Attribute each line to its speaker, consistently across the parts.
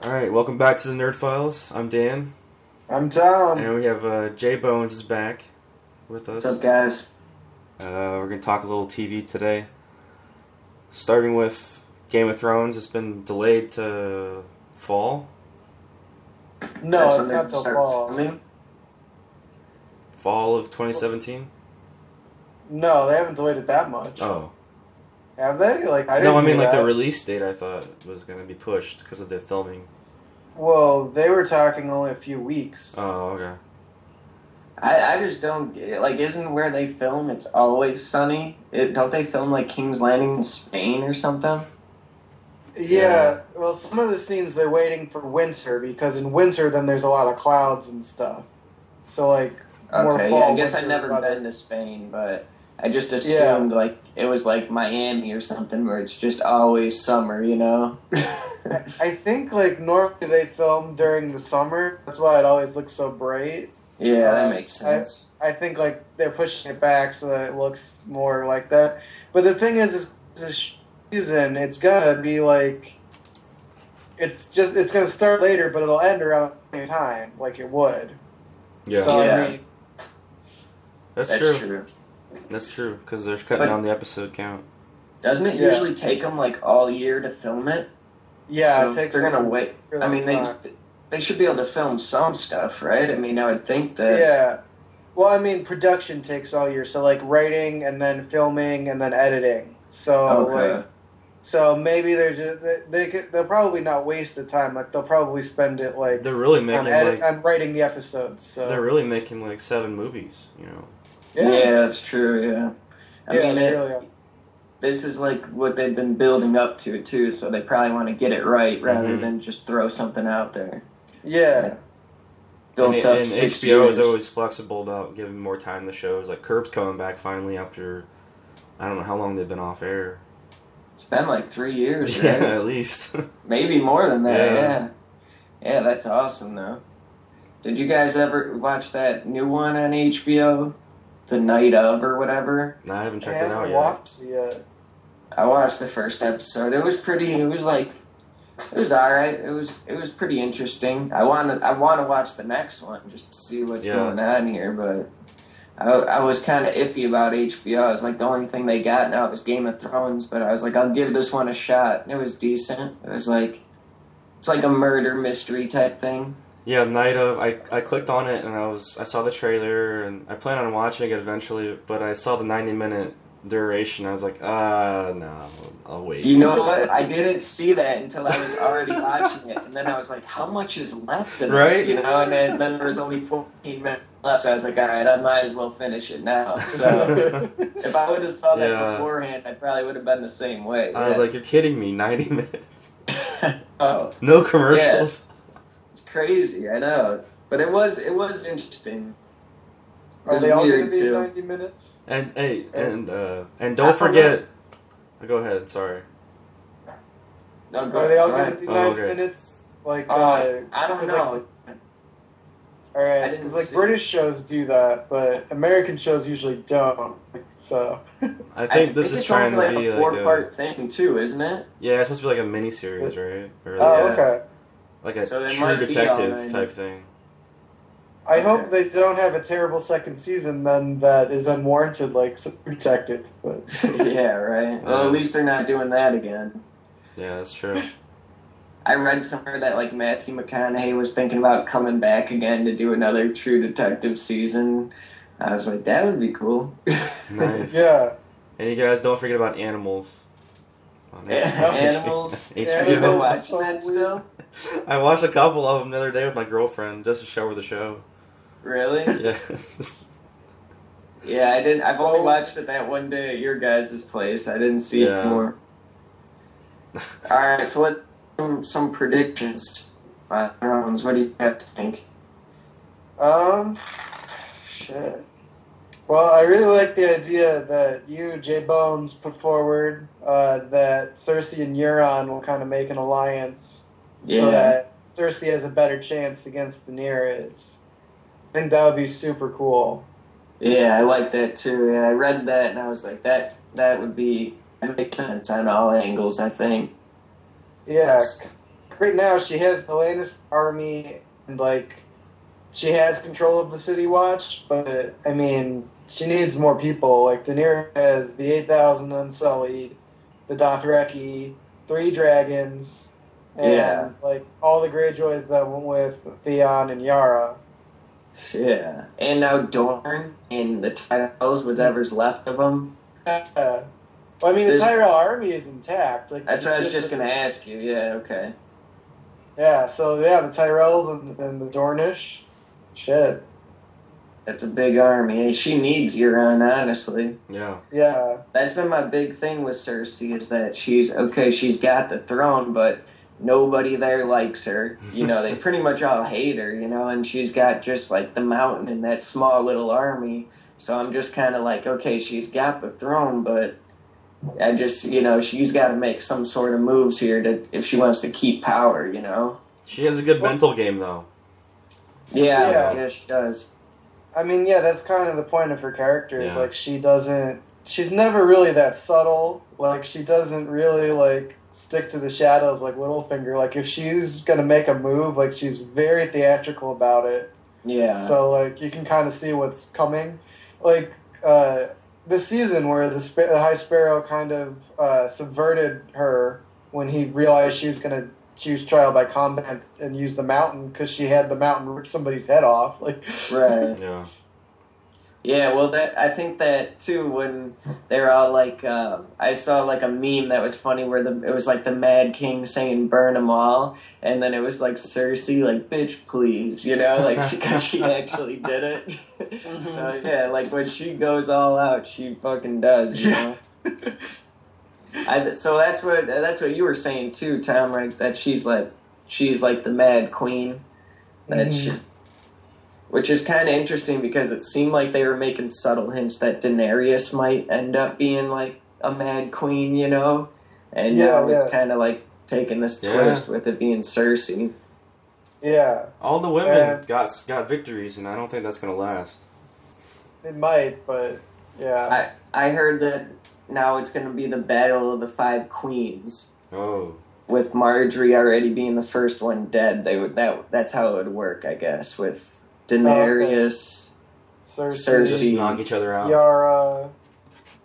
Speaker 1: All right, welcome back to the Nerd Files. I'm Dan,
Speaker 2: I'm Tom.
Speaker 1: and we have uh, Jay Bones is back with us.
Speaker 2: What's up, guys?
Speaker 1: Uh, we're gonna talk a little TV today, starting with Game of Thrones. It's been delayed to fall,
Speaker 3: That's
Speaker 2: No,
Speaker 3: when
Speaker 2: it's
Speaker 3: they
Speaker 2: not till
Speaker 3: start
Speaker 2: fall.
Speaker 3: filming?
Speaker 1: fall of 2017.
Speaker 2: No, they haven't delayed it that much,
Speaker 1: Oh
Speaker 2: have they? Like, I didn't
Speaker 1: no, I mean
Speaker 2: hear
Speaker 1: like the
Speaker 2: that.
Speaker 1: release date. I thought was gonna be pushed because of the filming.
Speaker 2: well, they were talking only a few weeks.
Speaker 1: Oh okay.
Speaker 3: I, I just don't get it. Like, isn't where they film? It's always sunny. It, don't they film like King's Landing in Spain or something?
Speaker 2: yeah.
Speaker 1: yeah.
Speaker 2: Well, some of the scenes they're waiting for winter because in winter then there's a lot of clouds and stuff. So like more
Speaker 3: Okay, yeah,
Speaker 2: fall.
Speaker 3: I guess I've
Speaker 2: winter,
Speaker 3: never
Speaker 2: rather-
Speaker 3: been to Spain, but I just assumed like it was like Miami or something where it's just always summer, you know?
Speaker 2: I I think like normally they film during the summer. That's why it always looks so bright.
Speaker 3: yeah, that
Speaker 2: Uh,
Speaker 3: makes
Speaker 2: I-
Speaker 3: sense.
Speaker 2: I think like they're pushing it back so that it looks more like that. But the thing is, is this season it's gonna be like it's just it's gonna start later, but it'll end around the same time, like it would.
Speaker 1: Yeah,
Speaker 2: So
Speaker 3: Yeah.
Speaker 2: I mean,
Speaker 1: that's,
Speaker 3: That's
Speaker 1: true.
Speaker 3: true.
Speaker 1: That's true because they're cutting
Speaker 3: But-
Speaker 1: down the episode count.
Speaker 3: Doesn't it
Speaker 2: Yeah.
Speaker 3: usually take them like all year to film it?
Speaker 2: yeah,
Speaker 3: So
Speaker 2: it takes.
Speaker 3: They're
Speaker 2: a
Speaker 3: gonna wait.
Speaker 2: really
Speaker 3: I mean, they
Speaker 2: long
Speaker 3: they should be able to film some stuff, right? I mean, I would think that.
Speaker 2: Yeah. Well, I mean, production takes all year, so like writing and then filming and then editing. So
Speaker 3: Okay.
Speaker 2: like, so maybe they're just they, they could, they'll probably not waste the time. Like they'll probably spend it like
Speaker 1: They're really
Speaker 2: on, uh,
Speaker 1: making
Speaker 2: edit,
Speaker 1: like
Speaker 2: on writing the episodes. So
Speaker 1: they're really making like seven movies. You know.
Speaker 3: Yeah. that's true. Yeah, I
Speaker 2: Yeah,
Speaker 3: mean,
Speaker 2: they
Speaker 3: it-
Speaker 2: really are.
Speaker 3: this is like what they've been building up to too, so they probably want to get it right rather
Speaker 2: Mm-hmm.
Speaker 1: Mhm.
Speaker 3: than just throw something out there.
Speaker 2: Yeah,
Speaker 3: Built
Speaker 1: and,
Speaker 3: up
Speaker 1: and
Speaker 3: six
Speaker 1: HBO
Speaker 3: years.
Speaker 1: is always flexible about giving more time to shows. Like Curb's coming back finally after I don't know how long they've been off air.
Speaker 3: It's been like three years,
Speaker 1: Yeah,
Speaker 3: right?
Speaker 1: at least.
Speaker 3: Maybe more than that.
Speaker 1: Yeah.
Speaker 3: Yeah. yeah, that's awesome though. Did you guys ever watch that new one on HBO, The Night of or whatever?
Speaker 1: no, I haven't
Speaker 2: I
Speaker 1: checked it out
Speaker 2: haven't
Speaker 1: yet.
Speaker 2: watched it yet.
Speaker 3: I watched the first episode. It was pretty. It was like, it was all right. It was it was pretty interesting. I want to I want to watch the next one just to see what's
Speaker 1: Yeah.
Speaker 3: going on here, but. I, I was kind of iffy about HBO. It's like the only thing they got now is Game of Thrones, but I was like, I'll give this one a shot. And it was decent. It was like, it's like a murder mystery type thing.
Speaker 1: Yeah, Night of I I clicked on it and I was I saw the trailer and I plan on watching it eventually, but I saw the ninety minute duration. I was like, uh no, I'll wait.
Speaker 3: You know what? I didn't see that until I was already watching it, and then I was like, "How much is left?" In
Speaker 1: Right?
Speaker 3: This, you know, and then, then there was only fourteen minutes left. So I was like, "All right, I might as well finish it now." So if I would have saw that
Speaker 1: Yeah.
Speaker 3: beforehand, I probably would have been the same way.
Speaker 1: I was like, you're kidding me, ninety minutes,
Speaker 3: like, "Oh,
Speaker 1: no commercials.
Speaker 3: it's crazy." I know, but it was it was interesting. It
Speaker 2: Are
Speaker 3: was
Speaker 2: they all going
Speaker 3: weird
Speaker 2: to be
Speaker 3: too.
Speaker 2: ninety minutes?
Speaker 1: And hey, and uh, and
Speaker 3: I
Speaker 1: don't
Speaker 3: don't
Speaker 1: forget. Go ahead. Sorry.
Speaker 3: No, go,
Speaker 2: Are they all
Speaker 3: go
Speaker 2: going to
Speaker 3: ahead.
Speaker 2: be
Speaker 1: Oh,
Speaker 2: nine
Speaker 1: okay.
Speaker 2: minutes? Like, uh,
Speaker 3: Uh, I don't
Speaker 2: 'cause,
Speaker 3: know.
Speaker 2: Like, all right,
Speaker 3: I didn't
Speaker 2: 'cause, like
Speaker 3: see.
Speaker 2: British shows do that, but American shows usually don't. So
Speaker 1: I think this
Speaker 3: it's
Speaker 1: is trying
Speaker 3: only,
Speaker 1: to be
Speaker 3: like a
Speaker 1: like a
Speaker 3: four-part thing too, isn't it?
Speaker 1: Yeah, it's supposed to be like a mini series, right? Or like,
Speaker 2: oh,
Speaker 3: Yeah.
Speaker 2: okay.
Speaker 1: a, like a
Speaker 3: So it
Speaker 1: true
Speaker 3: might be
Speaker 1: detective
Speaker 3: online.
Speaker 1: type thing.
Speaker 2: I
Speaker 3: Okay.
Speaker 2: hope they don't have a terrible second season then that is unwarranted, like so protected. But
Speaker 3: yeah, right. Well, at least they're not doing that again.
Speaker 1: Yeah, that's true.
Speaker 3: I read somewhere that like Matthew McConaughey was thinking about coming back again to do another True Detective season. I was like, that would be cool.
Speaker 1: Nice.
Speaker 2: yeah,
Speaker 1: And you guys don't forget about animals. On
Speaker 3: Yeah, animals. Have you been
Speaker 1: HBO.
Speaker 2: Animals.
Speaker 3: watching that still?
Speaker 1: I watched a couple of them the other day with my girlfriend just to show her the show.
Speaker 3: Really?
Speaker 1: Yeah.
Speaker 3: Yeah, I didn't. I've only
Speaker 2: So-
Speaker 3: watched it that one day at your guys' place. I didn't see
Speaker 1: Yeah.
Speaker 3: it more. All right, so let some, some predictions. Uh, Thrones. What do you guys think?
Speaker 2: um, shit. Well, I really like the idea that you, Jay Bones, put forward uh, that Cersei and Euron will kind of make an alliance so
Speaker 3: Yeah,
Speaker 2: that Cersei has a better chance against Daenerys. I think that would be super cool.
Speaker 3: yeah, I like that too. Yeah, I read that and I was like, that that would be that makes sense on all angles. I think.
Speaker 2: Yeah. Right now, she has the latest army and like she has control of the city watch, but I mean, she needs more people. Like Daenerys has the eight thousand unsullied, the Dothraki, three dragons, and
Speaker 3: Yeah.
Speaker 2: like all the Greyjoys that went with Theon and Yara.
Speaker 3: Yeah. And now Dorn and the titles, whatever's left of them.
Speaker 2: Yeah. Well, I mean, the
Speaker 3: There's-
Speaker 2: Tyrell army is intact. Like
Speaker 3: That's
Speaker 2: it's
Speaker 3: what I was just going to ask you. Yeah, okay.
Speaker 2: Yeah. So yeah, the Tyrells and, and the Dornish. Shit.
Speaker 3: That's a big army. And She needs Euron, honestly.
Speaker 1: Yeah.
Speaker 2: Yeah.
Speaker 3: That's been my big thing with Cersei is that she's okay, she's got the throne, but nobody there likes her. You know, they pretty much all hate her, you know, and she's got just like the mountain and that small little army. So I'm just kind of like, okay, she's got the throne, but I just, you know, she's got to make some sort of moves here to if she wants to keep power, you know.
Speaker 1: She has a good
Speaker 2: Well-
Speaker 1: mental game though.
Speaker 3: Yeah,
Speaker 2: Yeah.
Speaker 3: yeah, she does.
Speaker 2: I mean, yeah, that's kind of the point of her character. Is
Speaker 1: Yeah.
Speaker 2: like she doesn't. She's never really that subtle. Like she doesn't really like stick to the shadows like Littlefinger. Like if she's gonna make a move, like she's very theatrical about it.
Speaker 3: Yeah.
Speaker 2: So like you can kind of see what's coming. Like uh, this season where the, Sp- the High Sparrow kind of uh, subverted her when he realized she was gonna choose trial by combat and use the mountain because she had the mountain rip somebody's head off. Like
Speaker 3: right.
Speaker 1: Yeah.
Speaker 3: Yeah, well, that I think that too. When they're all like, uh, I saw like a meme that was funny where the it was like the Mad King saying "burn them all," and then it was like Cersei like "bitch please," you know, like she 'cause she actually did it. so yeah, like when she goes all out, she fucking does. You know. I, th- so that's what that's what you were saying too, Tom. Right? That she's like she's like the Mad Queen. That
Speaker 2: Mhm.
Speaker 3: she, which is kind of interesting because it seemed like they were making subtle hints that Daenerys might end up being like a Mad Queen, you know. And
Speaker 2: Yeah,
Speaker 3: now it's
Speaker 2: yeah.
Speaker 3: kind of like taking this
Speaker 1: Yeah.
Speaker 3: twist with it being Cersei.
Speaker 2: yeah.
Speaker 1: All the women
Speaker 2: Yeah.
Speaker 1: got got victories, and I don't think that's gonna last.
Speaker 2: It might, but yeah.
Speaker 3: I I heard that now it's going to be the battle of the five queens.
Speaker 1: Oh,
Speaker 3: with Marjorie already being the first one dead, they would that that's how it would work, I guess, with Daenerys
Speaker 2: Oh,
Speaker 1: just
Speaker 2: Cersei,
Speaker 3: Cersei.
Speaker 1: knock each other out.
Speaker 2: Yara,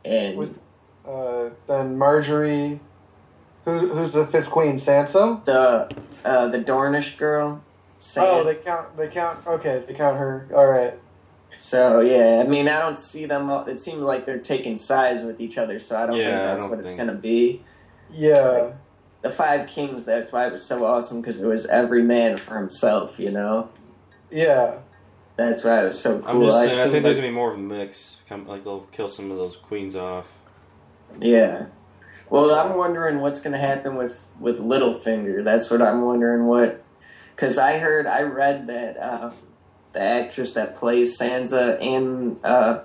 Speaker 3: and
Speaker 2: Was- uh, then Marjorie. Who, who's the fifth queen? Sansa.
Speaker 3: the uh, the Dornish girl. Sam.
Speaker 2: Oh, they count. They count. Okay, they count her. All right.
Speaker 3: so yeah, I mean, I don't see them. All, it seems like they're taking sides with each other, so I don't
Speaker 1: Yeah,
Speaker 3: think
Speaker 1: I
Speaker 3: that's
Speaker 1: don't
Speaker 3: what it's
Speaker 1: think-
Speaker 3: gonna be.
Speaker 2: Yeah.
Speaker 3: The Five Kings. That's why it was so awesome because it was every man for himself. You know,
Speaker 2: Yeah.
Speaker 3: that's why it was so
Speaker 1: I'm
Speaker 3: cool.
Speaker 1: just
Speaker 3: It
Speaker 1: saying, I
Speaker 3: seems
Speaker 1: think there's
Speaker 3: like-
Speaker 1: gonna be more of a mix. Come, like they'll kill some of those queens off.
Speaker 3: Yeah. Well, I'm wondering what's going to happen with with Littlefinger. That's what I'm wondering. What? Because I heard, I read that uh, the actress that plays Sansa and uh,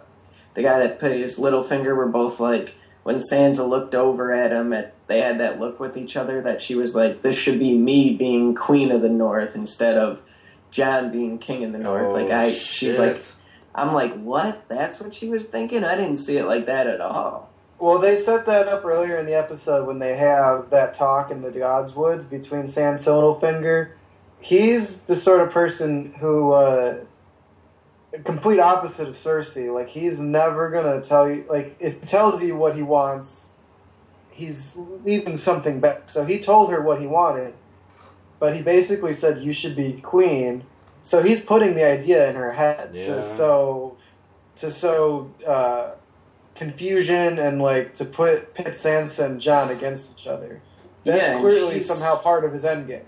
Speaker 3: the guy that plays Littlefinger were both like, when Sansa looked over at him, at they had that look with each other that she was like, "This should be me being Queen of the North instead of John being King of the North."
Speaker 1: oh,
Speaker 3: like I, she's like,
Speaker 1: shit.
Speaker 3: I'm like, what? That's what she was thinking. I didn't see it like that at all.
Speaker 2: Well, they set that up earlier in the episode when they have that talk in the Godswood between Sansa and Littlefinger. He's the sort of person who, uh, complete opposite of Cersei. Like he's never gonna tell you. Like if he tells you what he wants, he's leaving something back. So he told her what he wanted, but he basically said you should be queen. So he's putting the idea in her head
Speaker 1: Yeah.
Speaker 2: to so to so uh, confusion and like to put Pit Sansa and John against each other. That's
Speaker 3: Yeah, and
Speaker 2: clearly
Speaker 3: she's-
Speaker 2: somehow part of his endgame.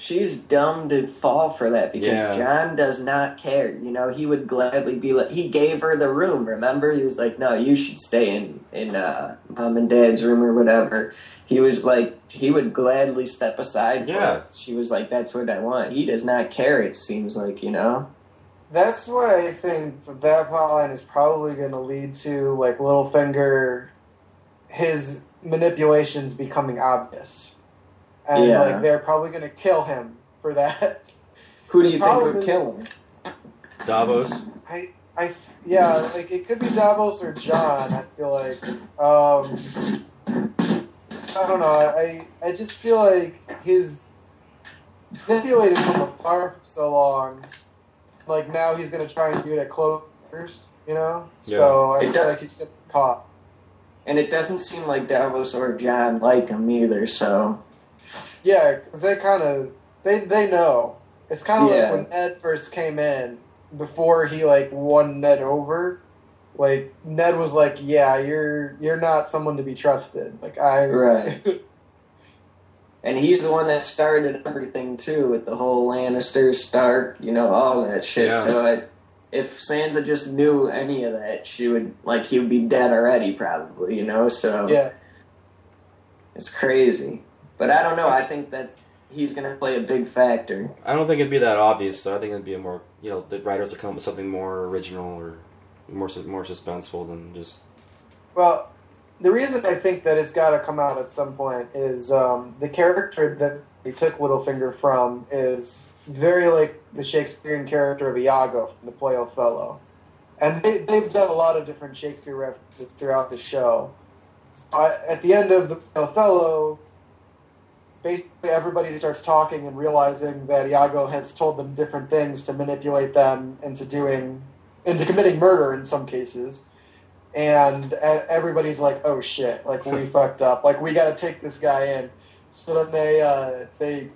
Speaker 3: She's dumb to fall for that because
Speaker 1: Yeah.
Speaker 3: John does not care. You know, he would gladly be like he gave her the room. Remember, he was like, "No, you should stay in in uh, mom and dad's room or whatever." He was like, he would gladly step aside. for
Speaker 1: Yeah.
Speaker 3: it. she was like, "That's what I want." He does not care. It seems like you know.
Speaker 2: That's why I think that, that plotline is probably going to lead to like Littlefinger, his manipulations becoming obvious, and
Speaker 3: Yeah.
Speaker 2: like they're probably going to kill him for that.
Speaker 3: Who do you think
Speaker 2: Probably-
Speaker 3: would kill him?
Speaker 1: Davos.
Speaker 2: I, I, yeah, like it could be Davos or John. I feel like, um, I don't know. I I just feel like his manipulated from afar for so long. Like now he's gonna try and do it at closers, you know.
Speaker 1: Yeah.
Speaker 2: So I
Speaker 3: It
Speaker 2: feel
Speaker 3: does-
Speaker 2: like he's gonna be caught.
Speaker 3: And it doesn't seem like Davos or John like him either, so
Speaker 2: Yeah, 'cause they kind of they they know. It's kind of
Speaker 3: Yeah.
Speaker 2: like when Ned first came in before he like won Ned over. Like Ned was like, "Yeah, you're you're not someone to be trusted." Like I
Speaker 3: Right. and he's the one that started everything too with the whole Lannister Stark, you know, all that shit.
Speaker 1: Yeah.
Speaker 3: So I, if Sansa just knew any of that, she would like he would be dead already probably, you know, so
Speaker 2: yeah,
Speaker 3: it's crazy. But I don't know, I think that he's gonna play a big factor.
Speaker 1: I don't think it'd be that obvious. though. I think it'd be a more you know the writers would come up with something more original or more sus- more suspenseful than just
Speaker 2: Well, the reason I think that it's got to come out at some point is um, the character that they took Littlefinger from is very like the Shakespearean character of Iago from the play Othello. And they, they've done a lot of different Shakespeare references throughout the show. So I, at the end of the Othello, basically everybody starts talking and realizing that Iago has told them different things to manipulate them into doing, into committing murder in some cases and e- everybody's like, "Oh shit! Like we fucked up. Like we got to take this guy in." So then they uh, they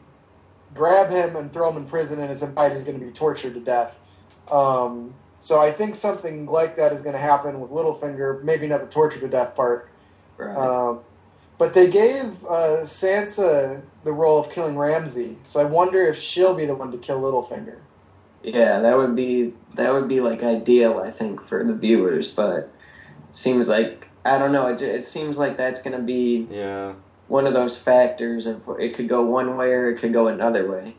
Speaker 2: grab him and throw him in prison, and his invite is going to be tortured to death. Um, so I think something like that is going to happen with Littlefinger. Maybe not the torture to death part,
Speaker 3: Right.
Speaker 2: um, but they gave uh, Sansa the role of killing Ramsay. So I wonder if she'll be the one to kill Littlefinger.
Speaker 3: Yeah, that would be that would be like ideal, I think, for the viewers. But seems like I don't know. It, ju- it seems like that's going to be
Speaker 1: yeah
Speaker 3: one of those factors of it could go one way or it could go another way.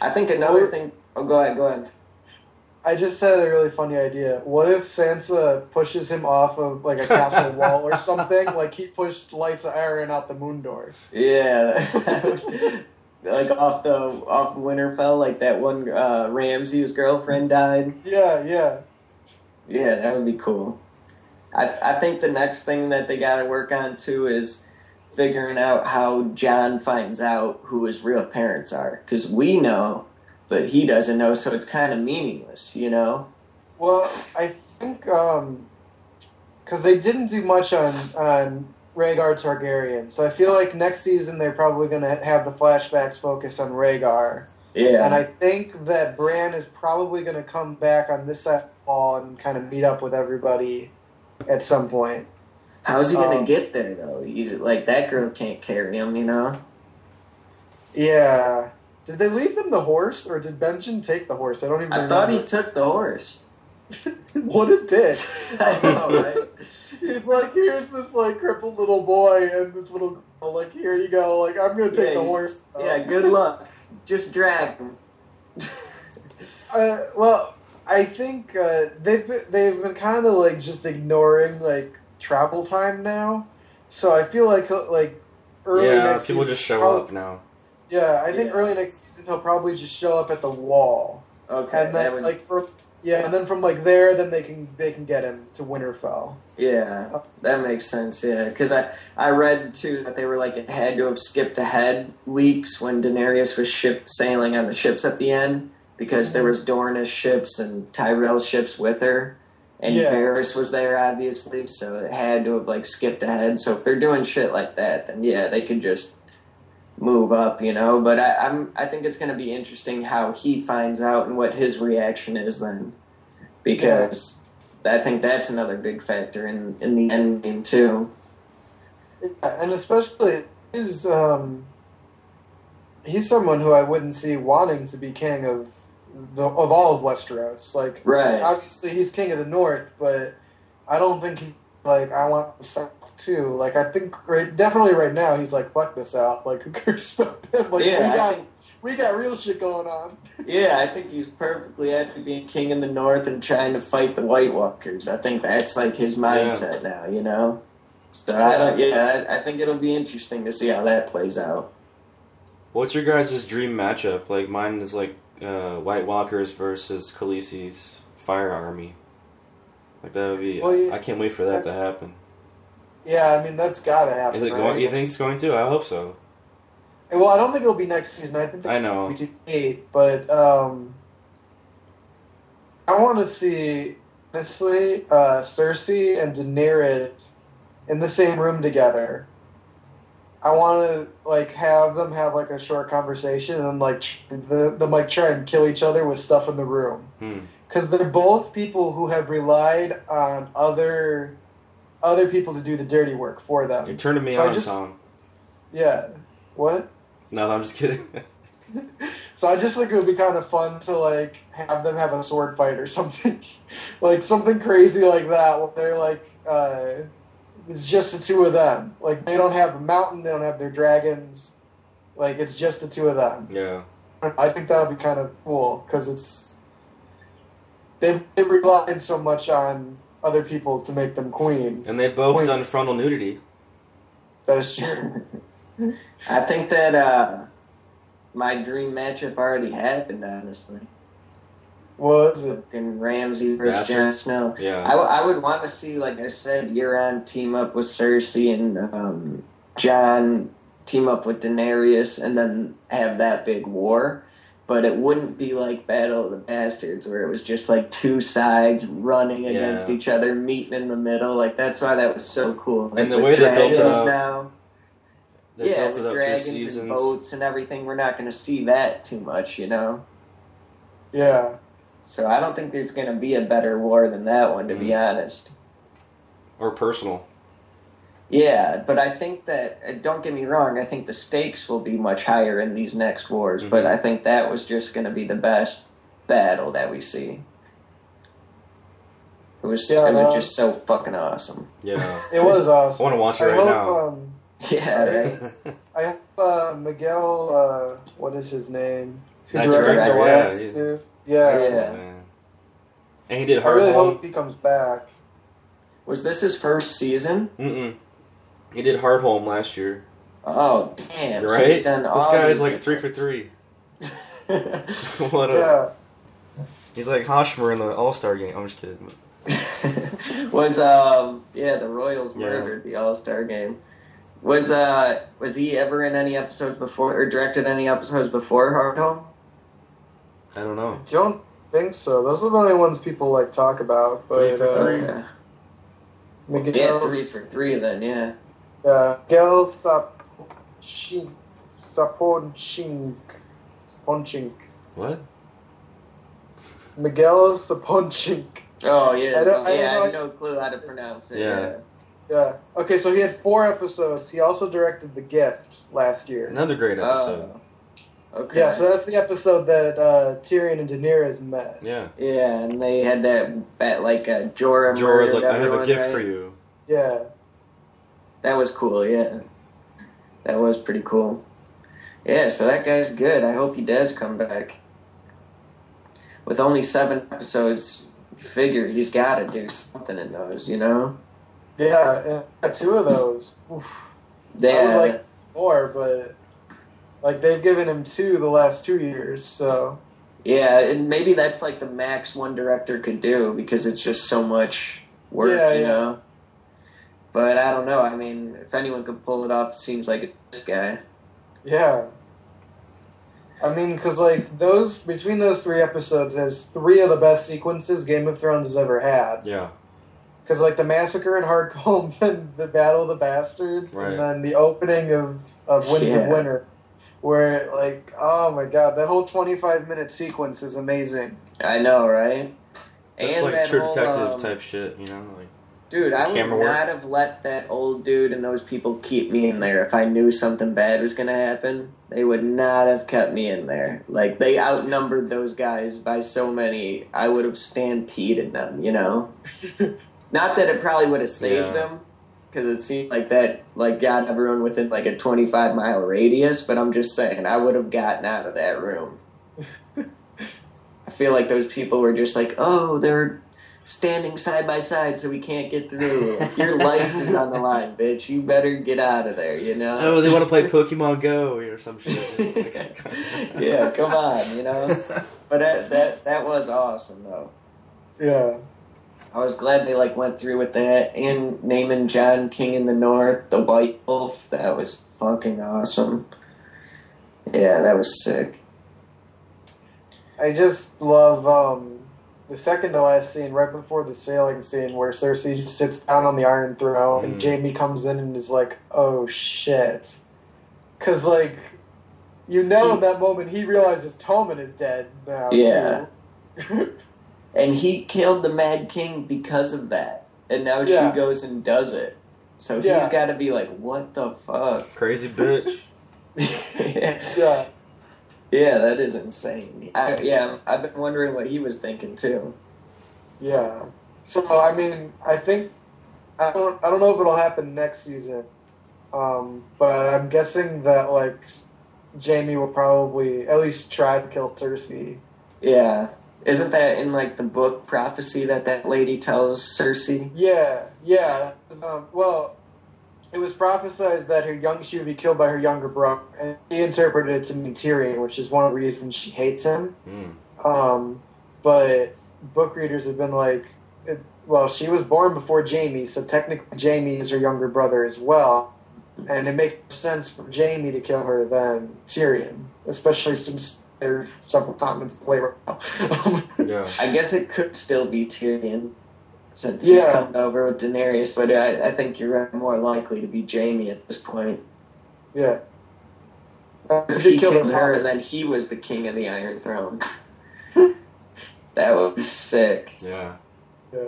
Speaker 3: I think another
Speaker 2: Well-
Speaker 3: thing. Oh, go ahead, go ahead.
Speaker 2: I just had a really funny idea. What if Sansa pushes him off of like a castle wall or something? Like he pushed Lysa Arryn out the moon door.
Speaker 3: Yeah, like off the off Winterfell, like that one uh, Ramsey's girlfriend died.
Speaker 2: Yeah, yeah.
Speaker 3: Yeah, that would be cool. I I think the next thing that they got to work on too is figuring out how John finds out who his real parents are because we know, but he doesn't know, so it's kind of meaningless, you know.
Speaker 2: Well, I think um, because they didn't do much on on Rhaegar Targaryen, so I feel like next season they're probably going to have the flashbacks focus on Rhaegar,
Speaker 3: Yeah,
Speaker 2: and I think that Bran is probably going to come back on this side of the wall and kind of meet up with everybody at some point.
Speaker 3: how's he gonna
Speaker 2: um,
Speaker 3: get there though? You, like that girl can't carry him, you know.
Speaker 2: Yeah. Did they leave them the horse, or did Benjen take the horse? I don't even.
Speaker 3: I
Speaker 2: remember.
Speaker 3: thought he took the horse.
Speaker 2: what a dick!
Speaker 3: I
Speaker 2: Oh.
Speaker 3: know, right?
Speaker 2: He's like, here's this like crippled little boy and this little girl. Like, here you go. Like, I'm gonna take
Speaker 3: Yeah,
Speaker 2: the
Speaker 3: you-
Speaker 2: horse.
Speaker 3: yeah, good luck. Just drag him.
Speaker 2: Uh, well, I think uh, they've been, they've been kind of like just ignoring like travel time now, so I feel like uh, like early
Speaker 1: yeah
Speaker 2: next
Speaker 1: people
Speaker 2: season- Oh.
Speaker 1: just show
Speaker 2: prob-
Speaker 1: up now.
Speaker 2: Yeah, I think
Speaker 3: Yeah.
Speaker 2: early next season he'll probably just show up at the wall.
Speaker 3: Okay,
Speaker 2: and
Speaker 3: that
Speaker 2: then
Speaker 3: would-
Speaker 2: like from yeah, and then from like there, then they can they can get him to Winterfell.
Speaker 3: Yeah, that makes sense. Yeah, because I I read too that they were like it had to have skipped ahead weeks when Daenerys was ship sailing on the ships at the end because there was Dornish ships and Tyrell ships with her, and
Speaker 2: Yeah.
Speaker 3: Varys was there obviously, so it had to have like skipped ahead. So if they're doing shit like that, then yeah, they could just move up, you know. But I, I'm I think it's gonna be interesting how he finds out and what his reaction is then, because. I think that's another big factor in in the end game too.
Speaker 2: And especially he's um he's someone who I wouldn't see wanting to be king of the of all of Westeros. Like
Speaker 3: Right.
Speaker 2: obviously he's king of the North, but I don't think he like I want the South too. Like I think right, definitely right now he's like fuck the South. Like who cares about them? Like
Speaker 3: yeah,
Speaker 2: we
Speaker 3: I
Speaker 2: got
Speaker 3: think,
Speaker 2: we got real shit going on.
Speaker 3: yeah, I think he's perfectly happy being king in the north and trying to fight the White Walkers. I think that's like his mindset now, you know. So I don't. Yeah, I, I think it'll be interesting to see how that plays out.
Speaker 1: What's your guys' dream matchup? Like mine is like uh, White Walkers versus Khaleesi's Fire Army. Like that would be.
Speaker 2: Well, yeah.
Speaker 1: I can't wait for that to happen.
Speaker 2: Yeah, I mean that's gotta happen.
Speaker 1: Is it
Speaker 2: right?
Speaker 1: going? You think it's going to? I hope so.
Speaker 2: Well, I don't think it'll be next season. I think
Speaker 1: I know.
Speaker 2: it'll be eight, but um, I want to see honestly uh, Cersei and Daenerys in the same room together. I want to like have them have like a short conversation and like tr- the them like try and kill each other with stuff in the room
Speaker 1: Hmm.
Speaker 2: because they're both people who have relied on other other people to do the dirty work for them.
Speaker 1: You're turning me
Speaker 2: So I
Speaker 1: on,
Speaker 2: just-
Speaker 1: Tom.
Speaker 2: Yeah. What?
Speaker 1: No, I'm just kidding.
Speaker 2: So I just think it would be kind of fun to like have them have a sword fight or something, like something crazy like that. Where they're like, uh, it's just the two of them. Like they don't have a mountain, they don't have their dragons. Like it's just the two of them.
Speaker 1: yeah.
Speaker 2: I think that would be kind of cool because it's they they relied so much on other people to make them queen.
Speaker 1: And they've both
Speaker 2: Wait.
Speaker 1: done frontal nudity.
Speaker 2: That is true.
Speaker 3: I think that uh, my dream matchup already happened, honestly.
Speaker 2: What is it?
Speaker 3: In Ramsey versus Jon
Speaker 1: Bastards.
Speaker 3: Snow. I,
Speaker 1: Yeah.
Speaker 3: w- I would want to see, like I said, Euron team up with Cersei and um, John team up with Daenerys and then have that big war. But it wouldn't be like Battle of the Bastards, where it was just like two sides running against
Speaker 1: Yeah.
Speaker 3: each other, meeting in the middle. Like that's why that was so cool. Like,
Speaker 1: And the
Speaker 3: with
Speaker 1: way they built it
Speaker 3: dragons
Speaker 1: up-
Speaker 3: now,
Speaker 1: They
Speaker 3: yeah,
Speaker 1: built
Speaker 3: with
Speaker 1: it up through
Speaker 3: dragons and
Speaker 1: seasons.
Speaker 3: boats and everything, we're not going to see that too much, you know.
Speaker 2: Yeah.
Speaker 3: So I don't think there's going to be a better war than that one, to
Speaker 1: Mm.
Speaker 3: be honest.
Speaker 1: Or personal.
Speaker 3: Yeah, but I think that uh, don't get me wrong. I think the stakes will be much higher in these next wars, but
Speaker 1: Mhm.
Speaker 3: I think that was just going to be the best battle that we see. It was
Speaker 2: Yeah,
Speaker 3: it was
Speaker 2: no.
Speaker 3: just so fucking awesome.
Speaker 1: Yeah.
Speaker 2: It was
Speaker 1: I
Speaker 2: awesome.
Speaker 1: want to watch it
Speaker 2: I
Speaker 1: right
Speaker 2: hope.
Speaker 1: now.
Speaker 2: Um,
Speaker 3: Yeah, right.
Speaker 2: I have uh, Miguel. Uh, what is his name? Who
Speaker 1: That
Speaker 2: directed
Speaker 3: director,
Speaker 2: the
Speaker 3: yeah,
Speaker 2: last
Speaker 1: he-
Speaker 2: two? Yeah,
Speaker 1: Excellent, man. And he did
Speaker 2: I
Speaker 1: hard
Speaker 2: really
Speaker 1: home.
Speaker 2: hope he comes back.
Speaker 3: was this his first season?
Speaker 1: Mm-mm. He did hard home last year.
Speaker 3: Oh damn! so
Speaker 1: right?
Speaker 3: he's done
Speaker 1: this
Speaker 3: all
Speaker 1: guy is
Speaker 3: these
Speaker 1: like three for three.
Speaker 3: different-
Speaker 1: what a
Speaker 2: Yeah,
Speaker 1: he's like Hoshmer in the All Star game. I'm just kidding.
Speaker 3: was um yeah the Royals
Speaker 1: Yeah.
Speaker 3: murdered the All Star game. Was uh was he ever in any episodes before or directed any episodes before Hard Home?
Speaker 1: I don't
Speaker 2: I
Speaker 1: know.
Speaker 2: don't think so. Those are the only ones people like talk about. But
Speaker 1: Three for
Speaker 2: uh,
Speaker 1: three.
Speaker 3: Uh, yeah, three
Speaker 2: Miguel's,
Speaker 3: for three then yeah.
Speaker 2: uh, Miguel Sapochnik, Saponchink, Saponchink,
Speaker 1: What?
Speaker 2: Miguel Saponchink.
Speaker 3: Oh yeah,
Speaker 2: I don't- I
Speaker 3: yeah.
Speaker 2: don't
Speaker 3: I have no clue how to pronounce it.
Speaker 1: Yeah.
Speaker 2: Yeah. Okay, so he had four episodes. He also directed The Gift last year.
Speaker 1: Another great episode.
Speaker 3: Oh. Okay.
Speaker 2: Yeah, so that's the episode that uh, Tyrion and Daenerys met.
Speaker 1: yeah.
Speaker 3: Yeah, and they had that that like uh, Jorah.
Speaker 1: Jorah's
Speaker 3: murdered
Speaker 1: like, I have a
Speaker 3: everyone,
Speaker 1: gift
Speaker 3: right?
Speaker 1: for you.
Speaker 2: Yeah,
Speaker 3: That was cool, yeah. That was pretty cool. Yeah, so that guy's good. I hope he does come back. With only seven episodes, you figure he's got to do something in those, you know?
Speaker 2: yeah, and I got two of those. Oof,
Speaker 3: They,
Speaker 2: I would like more, but like they've given him two the last two years, so
Speaker 3: yeah, and maybe that's like the max one director could do because it's just so much work,
Speaker 2: Yeah,
Speaker 3: you
Speaker 2: yeah.
Speaker 3: know? But I don't know. I mean, if anyone could pull it off, it seems like it's this guy.
Speaker 2: yeah. I mean, because like those between those three episodes has three of the best sequences Game of Thrones has ever had.
Speaker 1: Yeah.
Speaker 2: Because like the massacre at Hardcombe, then the Battle of the Bastards,
Speaker 1: Right.
Speaker 2: and then the opening of of Winds of
Speaker 3: Yeah.
Speaker 2: Winter, where like oh my god, that whole twenty five minute sequence is amazing.
Speaker 3: I know, right?
Speaker 1: That's
Speaker 3: And
Speaker 1: like
Speaker 3: that
Speaker 1: true
Speaker 3: whole,
Speaker 1: detective
Speaker 3: um,
Speaker 1: type shit, you know? Like,
Speaker 3: Dude, I would
Speaker 1: Camera
Speaker 3: not
Speaker 1: work.
Speaker 3: have let that old dude and those people keep me in there if I knew something bad was going to happen. They would not have kept me in there. Like they outnumbered those guys by so many. I would have stampeded them, you know. not that it probably would have saved
Speaker 1: Yeah.
Speaker 3: them cuz it seemed like that like got everyone within like a 25 mile radius, but I'm just saying I would have gotten out of that room. I feel like those people were just like, "Oh, they're standing side by side so we can't get through. Your life is on the line, bitch. You better get out of there, you know?
Speaker 1: oh, they want to play Pokemon Go or some shit.
Speaker 3: yeah, come on, you know? But that, that, that was awesome, though.
Speaker 2: Yeah.
Speaker 3: I was glad they like went through with that and naming John King in the North, the White Wolf. That was fucking awesome. Yeah, that was sick.
Speaker 2: I just love um, the second to last scene, right before the sailing scene, where Cersei just sits down on the Iron Throne
Speaker 1: Mm.
Speaker 2: and Jamie comes in and is like, "Oh shit," because like, you know, in that moment he realizes Tommen is dead now.
Speaker 3: Yeah.
Speaker 2: too.
Speaker 3: And he killed the Mad King because of that. And now
Speaker 2: Yeah.
Speaker 3: she goes and does it. So
Speaker 2: Yeah.
Speaker 3: he's got to be like, what the fuck?
Speaker 1: Crazy bitch.
Speaker 3: yeah.
Speaker 2: yeah.
Speaker 3: that is insane. I, yeah, I've been wondering what he was thinking too.
Speaker 2: Yeah. So I mean, I think I don't I don't know if it'll happen next season, um, but I'm guessing that like Jamie will probably at least try to kill Cersei.
Speaker 3: Yeah. Isn't that in like the book prophecy that that lady tells Cersei?
Speaker 2: Yeah, yeah. Um, well, it was prophesized that her young she would be killed by her younger brother, and she interpreted it to mean Tyrion, which is one of the reasons she hates him.
Speaker 1: Mm.
Speaker 2: Um, but book readers have been like, it, well, she was born before Jamie, so technically Jamie is her younger brother as well. And it makes sense for Jamie to kill her than Tyrion, especially since there are several comments later.
Speaker 1: Yeah.
Speaker 3: I guess it could still be Tyrion since he's
Speaker 2: Yeah.
Speaker 3: coming over with Daenerys, but I, I think you're right, more likely to be Jamie at this point.
Speaker 2: yeah. Uh,
Speaker 3: If
Speaker 2: she
Speaker 3: he
Speaker 2: killed
Speaker 3: killed her,
Speaker 2: her.
Speaker 3: and then he was the king of the Iron Throne. that would be sick.
Speaker 1: Yeah.
Speaker 2: Yeah.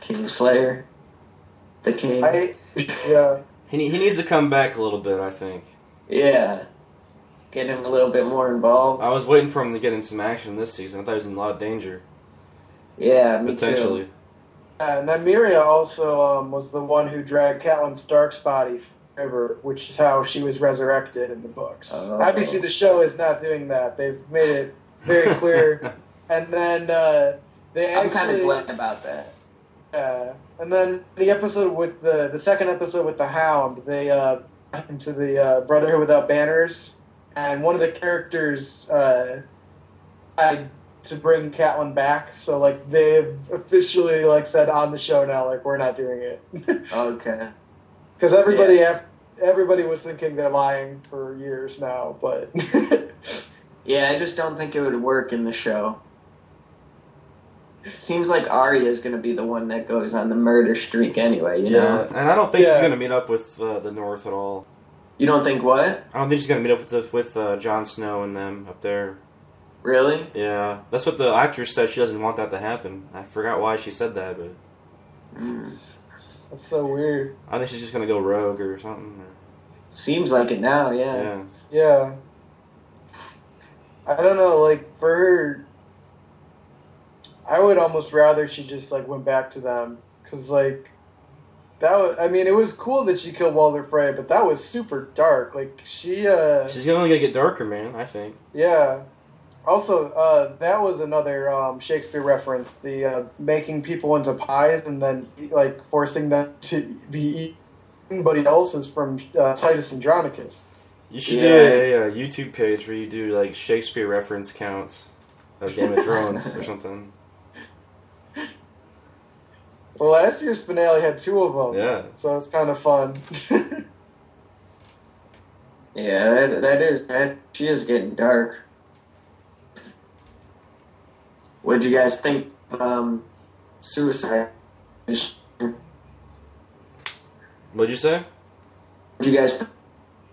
Speaker 3: Kingslayer. The king.
Speaker 2: I, yeah.
Speaker 1: He, ne- he needs to come back a little bit, I think.
Speaker 3: yeah. Get him a little bit more involved.
Speaker 1: I was waiting for him to get in some action this season. I thought he was in a lot of danger.
Speaker 3: Yeah, me
Speaker 1: Potentially.
Speaker 2: Yeah, and Nymeria also um, was the one who dragged Catelyn Stark's body forever, which is how she was resurrected in the books.
Speaker 3: Oh.
Speaker 2: Obviously, the show is not doing that. They've made it very clear. and then uh, they
Speaker 3: too. I'm kind of
Speaker 2: actually,
Speaker 3: glad about that.
Speaker 2: uh, and then the episode with the the second episode with the Hound, they uh, went into the uh, Brotherhood without banners, and one of the characters uh, died to bring Catelyn back. So like they've officially like said on the show now, like we're not doing it.
Speaker 3: Okay.
Speaker 2: Because everybody, af- everybody was thinking they're lying for years now, but
Speaker 3: Yeah, I just don't think it would work in the show. Seems like Arya is going to be the one that goes on the murder streak anyway, you
Speaker 1: yeah.
Speaker 3: know?
Speaker 1: And I don't think she's
Speaker 2: Yeah.
Speaker 1: going to meet up with uh, the North at all.
Speaker 3: You don't think what?
Speaker 1: I don't think she's going to meet up with the, with uh, Jon Snow and them up there.
Speaker 3: Really?
Speaker 1: Yeah. That's what the actress said. She doesn't want that to happen. I forgot why she said that, but
Speaker 3: Mm.
Speaker 2: that's so weird.
Speaker 1: I think she's just going to go rogue or something. or-
Speaker 3: Seems like it now, yeah.
Speaker 1: yeah.
Speaker 2: Yeah, I don't know. Like for her, I would almost rather she just like went back to them because like that. Was, I mean, it was cool that she killed Walder Frey, but that was super dark. Like she, uh,
Speaker 1: She's only going to get darker, man, I think.
Speaker 2: yeah. Also, uh, that was another um, Shakespeare reference: the uh, making people into pies and then like forcing them to be eaten. But else is from uh, Titus Andronicus.
Speaker 1: You should
Speaker 3: Yeah.
Speaker 1: do a, a YouTube page where you do like Shakespeare reference counts of Game of Thrones or something.
Speaker 2: Well, last year's finale had two of them.
Speaker 1: Yeah.
Speaker 2: So it's kind of fun.
Speaker 3: Yeah, that, that is, that, she is getting dark. What'd you guys think um Suicide Mission?
Speaker 1: What'd you say?
Speaker 3: What'd you guys think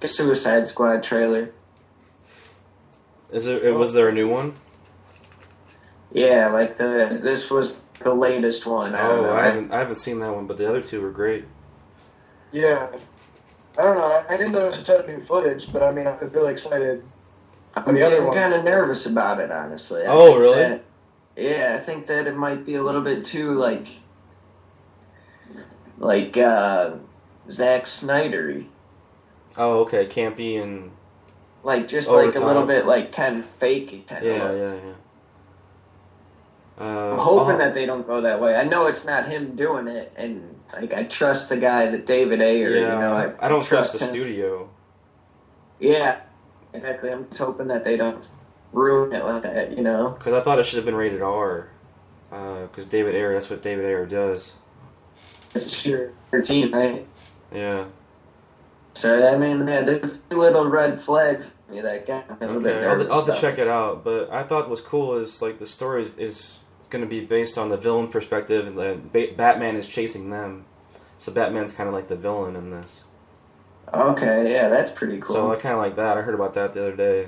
Speaker 3: of Suicide Squad trailer?
Speaker 1: Is it, it was there a new one?
Speaker 3: Yeah, like the this was the latest one. I don't
Speaker 1: Oh,
Speaker 3: know.
Speaker 1: I haven't I haven't seen that one, but the other two were great.
Speaker 2: yeah. I don't know. I, I didn't notice a ton of new footage, but I mean, I was really excited.
Speaker 3: I'm
Speaker 2: The other
Speaker 3: getting
Speaker 2: ones.
Speaker 3: kind of nervous about it, honestly. I
Speaker 1: Oh,
Speaker 3: think
Speaker 1: really?
Speaker 3: that- yeah, I think that it might be a little bit too like, like uh, Zack Snydery,
Speaker 1: Oh, okay, campy and
Speaker 3: like just
Speaker 1: Over
Speaker 3: like
Speaker 1: the
Speaker 3: a little
Speaker 1: top.
Speaker 3: bit like kind of fake. Kind
Speaker 1: yeah,
Speaker 3: of
Speaker 1: yeah, Uh-huh. yeah. Uh,
Speaker 3: I'm hoping
Speaker 1: I'll-
Speaker 3: that they don't go that way. I know it's not him doing it, and like I trust the guy that David Ayer.
Speaker 1: yeah,
Speaker 3: you know, I,
Speaker 1: I, don't trust, the
Speaker 3: him.
Speaker 1: studio.
Speaker 3: Yeah, exactly. I'm just hoping that they don't ruin it like that. You know.
Speaker 1: because I thought it should have been rated R. because David Ayer. That's what David Ayer does.
Speaker 3: It's sure 13, right?
Speaker 1: Yeah.
Speaker 3: So I mean, yeah, there's a few little red flag for me that got me a little bit
Speaker 1: Okay, I'll,
Speaker 3: nervous.
Speaker 1: I'll have to
Speaker 3: about.
Speaker 1: check it out. But I thought was cool is like the story is, is going to be based on the villain perspective, and then ba- Batman is chasing them. So Batman's kind of like the villain in this.
Speaker 3: Okay, yeah, that's pretty cool.
Speaker 1: So I kind of like that. I heard about that the other day.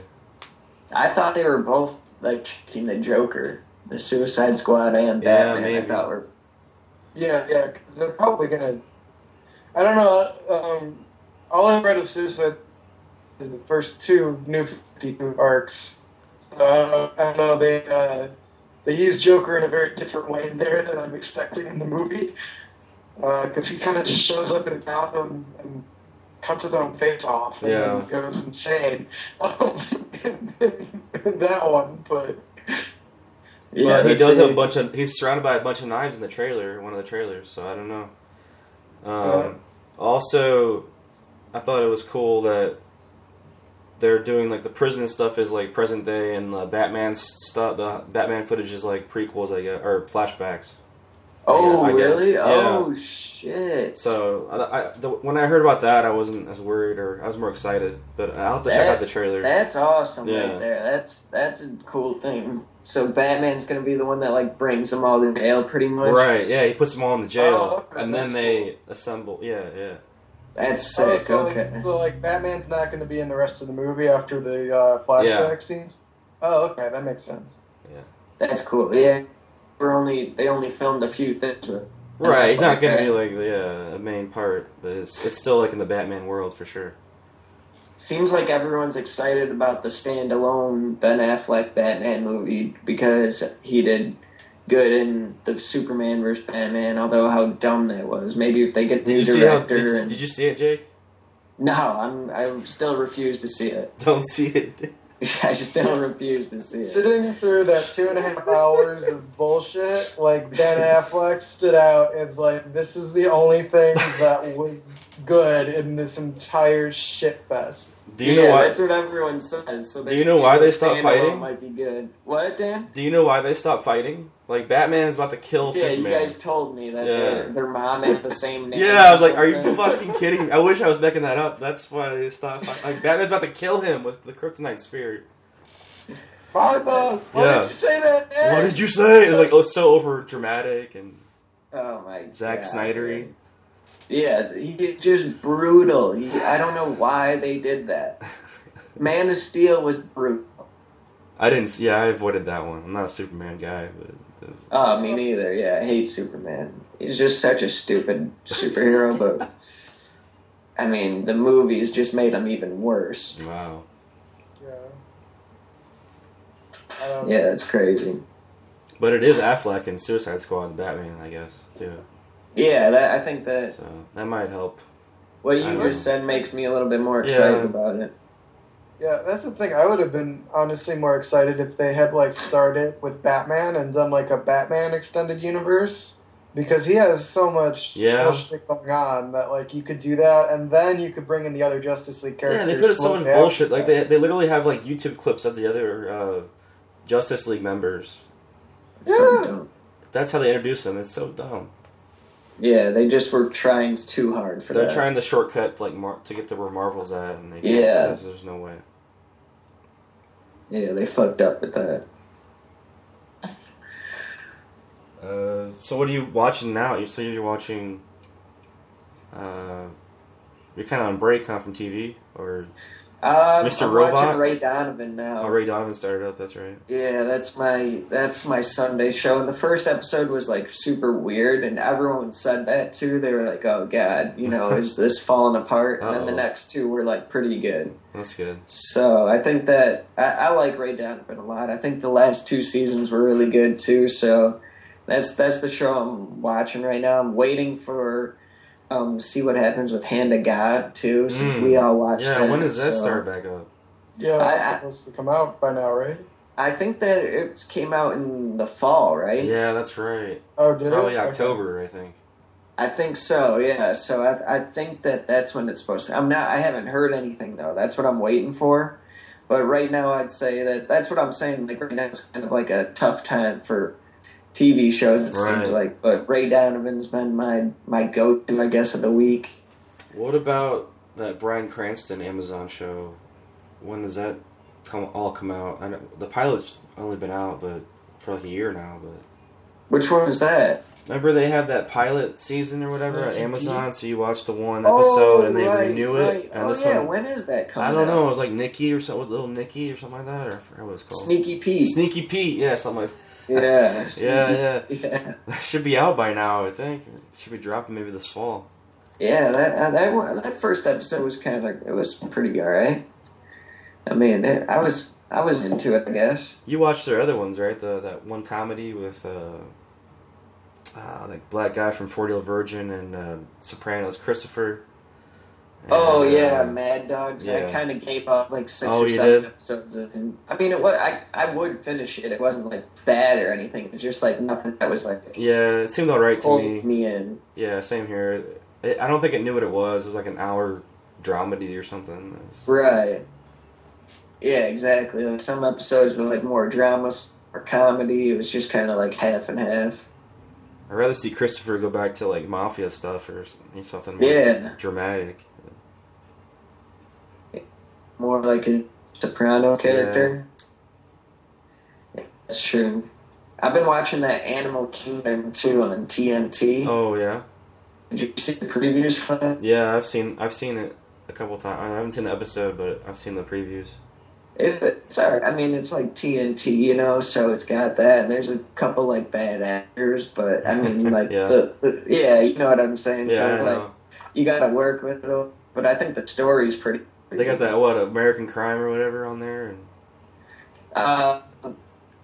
Speaker 3: I thought they were both like chasing the Joker, the Suicide Squad, and
Speaker 1: Yeah,
Speaker 3: Batman.
Speaker 1: maybe.
Speaker 3: I thought were
Speaker 2: Yeah, yeah, 'cause they're probably gonna. I don't know. Um, all I've read of Suicide is the first two new 52 arcs. So I don't know. I don't know they uh, they use Joker in a very different way in there than I'm expecting in the movie, because he kind of just shows up in Gotham and cuts his own face off and
Speaker 1: Yeah.
Speaker 2: goes insane. Um, in that one, but
Speaker 1: but he
Speaker 3: they
Speaker 1: does
Speaker 3: say-
Speaker 1: have a bunch of. He's surrounded by a bunch of knives in the trailer, one of the trailers. So I don't know. Um, also, I thought it was cool that they're doing like the prison stuff is like present day, and the Batman stuff, the Batman footage is like prequels, I guess, or flashbacks. Yeah,
Speaker 3: Oh,
Speaker 1: I guess.
Speaker 3: really?
Speaker 1: Yeah.
Speaker 3: Oh shit!
Speaker 1: So I, I, the, when I heard about that, I wasn't as worried, or I was more excited. But I'll have to check
Speaker 3: That-
Speaker 1: out the trailer.
Speaker 3: That's awesome
Speaker 1: Yeah.
Speaker 3: right there. That's that's a cool thing. So Batman's gonna be the one that like brings them all to jail, pretty much.
Speaker 1: Right, yeah, he puts them all in the jail,
Speaker 2: Oh, okay,
Speaker 1: and then
Speaker 2: that's
Speaker 1: they assemble. Yeah, yeah.
Speaker 3: That's sick.
Speaker 2: Oh, so,
Speaker 3: okay.
Speaker 2: So like Batman's not going to be in the rest of the movie after the uh, flashback scenes. Oh, okay, that makes sense.
Speaker 3: That's cool. Yeah. We're only they only filmed a few things with.
Speaker 1: Right, he's not
Speaker 3: Flashback.
Speaker 1: gonna be like the uh, main part, but it's it's still like in the Batman world for sure.
Speaker 3: Seems like everyone's excited about the standalone Ben Affleck Batman movie because he did good in the Superman versus Batman. Although how dumb that was. Maybe if they get the
Speaker 1: Did you see how?
Speaker 3: director
Speaker 1: Did, you-
Speaker 3: and
Speaker 1: did you see it, Jake?
Speaker 3: no, I'm I still refuse to see it.
Speaker 1: Don't see it.
Speaker 3: I still refuse to see it.
Speaker 2: Sitting through that two and a half hours of bullshit, like Ben Affleck stood out as like this is the only thing that was good in this entire shitfest.
Speaker 1: Do you
Speaker 3: yeah,
Speaker 1: know why?
Speaker 3: that's what everyone says. So
Speaker 1: Do you know why they stopped
Speaker 3: standalone
Speaker 1: fighting?
Speaker 3: Might be good. What, Dan?
Speaker 1: Do you know why they stopped fighting? Like Batman's about to kill
Speaker 3: yeah, you
Speaker 1: Superman.
Speaker 3: guys told me that
Speaker 1: Yeah.
Speaker 3: their, their mom had the same name.
Speaker 1: yeah, I
Speaker 3: or
Speaker 1: was like, are you
Speaker 3: something.
Speaker 1: fucking kidding? me? I wish I was making that up. That's why they stopped. fight- Like Batman's about to kill him with the kryptonite spear.
Speaker 2: Martha, why
Speaker 1: Yeah.
Speaker 2: did you say that? Nick?
Speaker 1: What did you say? It's like oh, so over dramatic and
Speaker 3: Oh my god.
Speaker 1: Zack Snydery.
Speaker 3: Yeah, he just brutal. He, I don't know why they did that. Man of Steel was brutal.
Speaker 1: I didn't. see- Yeah, I avoided that one. I'm not a Superman guy, but it was,
Speaker 3: Oh, me neither. Yeah, I hate Superman. He's just such a stupid superhero, but I mean, the movies just made him even worse.
Speaker 1: wow.
Speaker 2: Yeah. I don't
Speaker 3: Yeah, that's crazy.
Speaker 1: But it is Affleck in Suicide Squad and Batman, I guess, too.
Speaker 3: Yeah, that, I think that
Speaker 1: So that might help.
Speaker 3: what
Speaker 1: I
Speaker 3: you
Speaker 1: don't-
Speaker 3: just said makes me a little bit more excited
Speaker 1: Yeah.
Speaker 3: about it.
Speaker 2: Yeah, that's the thing. I would have been honestly more excited if they had like started with Batman and done like a Batman extended universe because he has so much
Speaker 1: Yeah.
Speaker 2: bullshit going on that like you could do that and then you could bring in the other Justice League
Speaker 1: Yeah, they
Speaker 2: characters.
Speaker 1: put in so much
Speaker 2: slowly after
Speaker 1: bullshit. Like
Speaker 2: that.
Speaker 1: they, they literally have like YouTube clips of the other uh, Justice League members.
Speaker 3: So
Speaker 2: Yeah.
Speaker 3: dumb.
Speaker 1: That's how they introduce them. It's so dumb.
Speaker 3: yeah, they just were trying too hard for
Speaker 1: They're
Speaker 3: that.
Speaker 1: trying the shortcut like Mar- to get to where Marvel's at, and they can't.
Speaker 3: Yeah.
Speaker 1: There's, there's no way.
Speaker 3: yeah, they fucked up with that.
Speaker 1: Uh, so what are you watching now? You so you're watching. Uh, you're kind of on break, huh, from TV or
Speaker 3: Uh,
Speaker 1: Mr.
Speaker 3: I'm
Speaker 1: Robot?
Speaker 3: watching Ray Donovan now.
Speaker 1: oh, Ray Donovan started up. That's right.
Speaker 3: Yeah, that's my that's my Sunday show. And the first episode was like super weird, and everyone said that too. They were like, "Oh God, you know, is this falling apart?" And then the
Speaker 1: Uh-oh.
Speaker 3: next two were like pretty good.
Speaker 1: That's good.
Speaker 3: So I think that I, I like Ray Donovan a lot. I think the last two seasons were really good too. So that's that's the show I'm watching right now. I'm waiting for um see what happens with Hand of God too, since
Speaker 1: Mm.
Speaker 3: we all watched.
Speaker 1: Yeah.
Speaker 3: that,
Speaker 1: When does that
Speaker 3: so.
Speaker 1: start back up?
Speaker 2: yeah,
Speaker 3: I-
Speaker 2: it's
Speaker 3: I-
Speaker 2: supposed to come out by now, right?
Speaker 3: I think that it came out in the fall, right?
Speaker 1: Yeah, that's right.
Speaker 2: Oh, did
Speaker 1: Probably
Speaker 2: it? Okay.
Speaker 1: October, I think.
Speaker 3: I think so. Yeah. So I I think that that's when it's supposed to. I'm not. I haven't heard anything though. That's what I'm waiting for. But right now, I'd say that that's what I'm saying. Like right now, it's kind of like a tough time for TV shows. It
Speaker 1: Right.
Speaker 3: seems like, but Ray Donovan's been my my go-to, I guess, of the week.
Speaker 1: What about that Brian Cranston Amazon show? When does that come all come out? I know, the pilot's only been out, but for like a year now. But
Speaker 3: Which one was that?
Speaker 1: remember they had that pilot season or whatever at
Speaker 2: Sergeant
Speaker 1: Amazon, so you watched the one
Speaker 3: Oh,
Speaker 1: episode and they
Speaker 3: right,
Speaker 1: renew it.
Speaker 3: right.
Speaker 1: And
Speaker 3: oh
Speaker 1: this
Speaker 3: yeah,
Speaker 1: one,
Speaker 3: when is that coming?
Speaker 1: I don't
Speaker 3: out?
Speaker 1: know. It was like Nikki or something, little Nikki or something like that, or I forgot what it was called.
Speaker 3: Sneaky Pete.
Speaker 1: Sneaky Pete, yeah, something like.
Speaker 3: yeah.
Speaker 1: yeah, yeah.
Speaker 3: Yeah.
Speaker 1: That should be out by now, I think. It should be dropping maybe this fall.
Speaker 3: Yeah, that uh, that one- that first episode was kind of like it was pretty alright. I mean, it, I was I was into it, I guess.
Speaker 1: You watched their other ones, right? The that one comedy with uh, uh that black guy from Forty Year Virgin and uh, Sopranos, Christopher. And,
Speaker 3: oh yeah,
Speaker 1: uh,
Speaker 3: Mad Dogs.
Speaker 1: yeah.
Speaker 3: I kind of gave up like six
Speaker 1: Oh,
Speaker 3: or
Speaker 1: you
Speaker 3: seven
Speaker 1: did?
Speaker 3: episodes, and I mean, it was I I would finish it. It wasn't like bad or anything. It was just like nothing that was like
Speaker 1: yeah, it seemed all right to
Speaker 3: holding
Speaker 1: me.
Speaker 3: me in.
Speaker 1: Yeah, same here. It, I don't think it knew what it was. It was like an hour dramedy or something. It was-
Speaker 3: Right. Yeah, exactly. Like some episodes were like more dramas or comedy. It was just kind of like half and half.
Speaker 1: I'd rather see Christopher go back to like mafia stuff or s- something more
Speaker 3: Yeah,
Speaker 1: dramatic.
Speaker 3: more like a Soprano character. That's true. I've been watching that Animal Kingdom too on TNT.
Speaker 1: Oh yeah.
Speaker 3: Did you see the previews for that?
Speaker 1: Yeah, I've seen I've seen it a couple times. I haven't seen the episode, but I've seen the previews.
Speaker 3: It, it's alright. I mean, it's like TNT, you know, so it's got that. And there's a couple like bad actors, but I mean, like
Speaker 1: Yeah.
Speaker 3: the, the yeah, you know what I'm saying.
Speaker 1: yeah,
Speaker 3: so
Speaker 1: I
Speaker 3: it's like
Speaker 1: know.
Speaker 3: you got to work with them. But I think the story's pretty.
Speaker 1: They got that what American Crime or whatever on there, and
Speaker 3: Uh,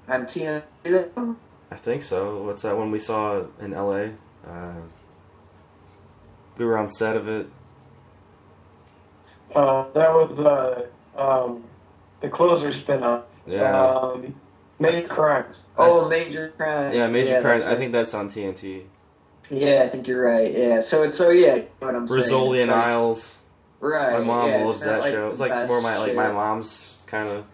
Speaker 3: I'm TNT. though.
Speaker 1: I think so. What's that one we saw in L.A.? Uh, we were on set of it.
Speaker 2: Uh, that was uh, um, the closer spinoff.
Speaker 1: Yeah,
Speaker 3: Uh,
Speaker 2: Um, Major Crimes.
Speaker 3: Oh, Major Crime.
Speaker 1: yeah, Major Crime.
Speaker 3: that's
Speaker 1: I think that's on TNT.
Speaker 3: Yeah, I think you're right. Yeah, so it's so yeah. you know What I'm
Speaker 1: Rizzoli
Speaker 3: saying.
Speaker 1: and Isles.
Speaker 3: Right.
Speaker 1: My mom
Speaker 3: yeah,
Speaker 1: loves
Speaker 3: it's not
Speaker 1: that
Speaker 3: like
Speaker 1: show.
Speaker 3: the
Speaker 1: It's like
Speaker 3: best
Speaker 1: more my like my
Speaker 3: show.
Speaker 1: mom's kind of
Speaker 3: I'll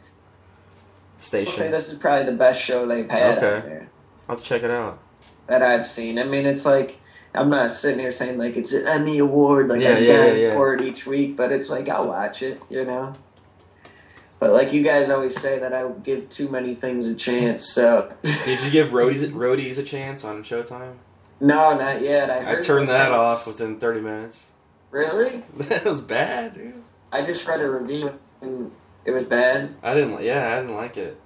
Speaker 3: say
Speaker 1: station.
Speaker 3: this is probably the best show they've had out
Speaker 1: Okay.
Speaker 3: there
Speaker 1: I'll have to check it out.
Speaker 3: that I've seen. I mean, it's like. I'm not sitting here saying like it's an Emmy award, like
Speaker 1: Yeah,
Speaker 3: I'm
Speaker 1: yeah,
Speaker 3: dying
Speaker 1: yeah, yeah.
Speaker 3: for it each week, but it's like I'll watch it, you know. But like you guys always say that I give too many things a chance, so
Speaker 1: Did you give Roadies Roadies a chance on Showtime?
Speaker 3: No, not yet. I,
Speaker 1: I
Speaker 3: heard
Speaker 1: turned
Speaker 3: it's
Speaker 1: that
Speaker 3: not-
Speaker 1: off within 30 minutes.
Speaker 3: Really?
Speaker 1: That was bad, dude.
Speaker 3: I just read a review and it was bad.
Speaker 1: I didn't. li- Yeah, I didn't like it.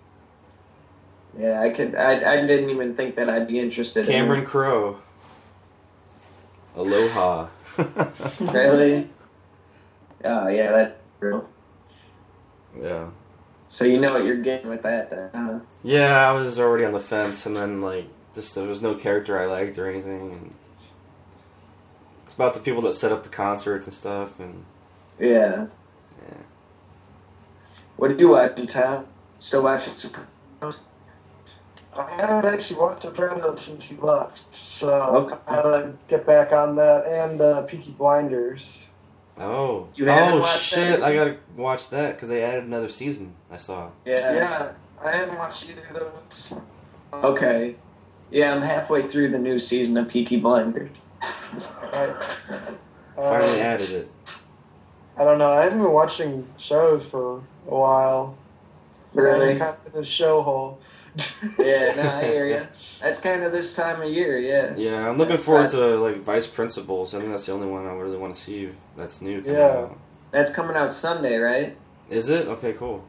Speaker 3: Yeah, I could. I, I didn't even think that I'd be interested.
Speaker 1: Cameron Crowe. Aloha.
Speaker 3: In it. Really? Oh yeah, that.
Speaker 1: yeah.
Speaker 3: So you know what you're getting with that, then? Huh?
Speaker 1: Yeah, I was already on the fence, and then like, just there was no character I liked or anything. And it's about the people that set up the concerts and stuff. And
Speaker 3: Yeah.
Speaker 1: Yeah.
Speaker 3: What are you watching, Tom? Still watching Super?
Speaker 2: I haven't actually watched Sopranos since you left, so
Speaker 3: Okay.
Speaker 2: I gotta get back on that and uh, Peaky Blinders.
Speaker 1: oh,
Speaker 3: You haven't
Speaker 1: oh
Speaker 3: watched that
Speaker 1: shit!
Speaker 3: yet?
Speaker 1: I gotta watch that because they added another season. I saw.
Speaker 3: Yeah.
Speaker 2: Yeah, I haven't watched either of those. Um,
Speaker 3: Okay. Yeah, I'm halfway through the new season of Peaky Blinders.
Speaker 1: Finally
Speaker 2: Uh,
Speaker 1: added it.
Speaker 2: I don't know. I haven't been watching shows for a while. I'm
Speaker 3: Really?
Speaker 2: kind of in a show hole.
Speaker 3: yeah. No, I hear you. That's kind of this time of year. Yeah.
Speaker 1: Yeah, I'm looking
Speaker 3: That's
Speaker 1: forward
Speaker 3: that-
Speaker 1: to like Vice Principals. I think that's the only one I really want to see. That's new. coming
Speaker 2: Yeah.
Speaker 1: out.
Speaker 3: That's coming out Sunday, right?
Speaker 1: Is it okay? Cool.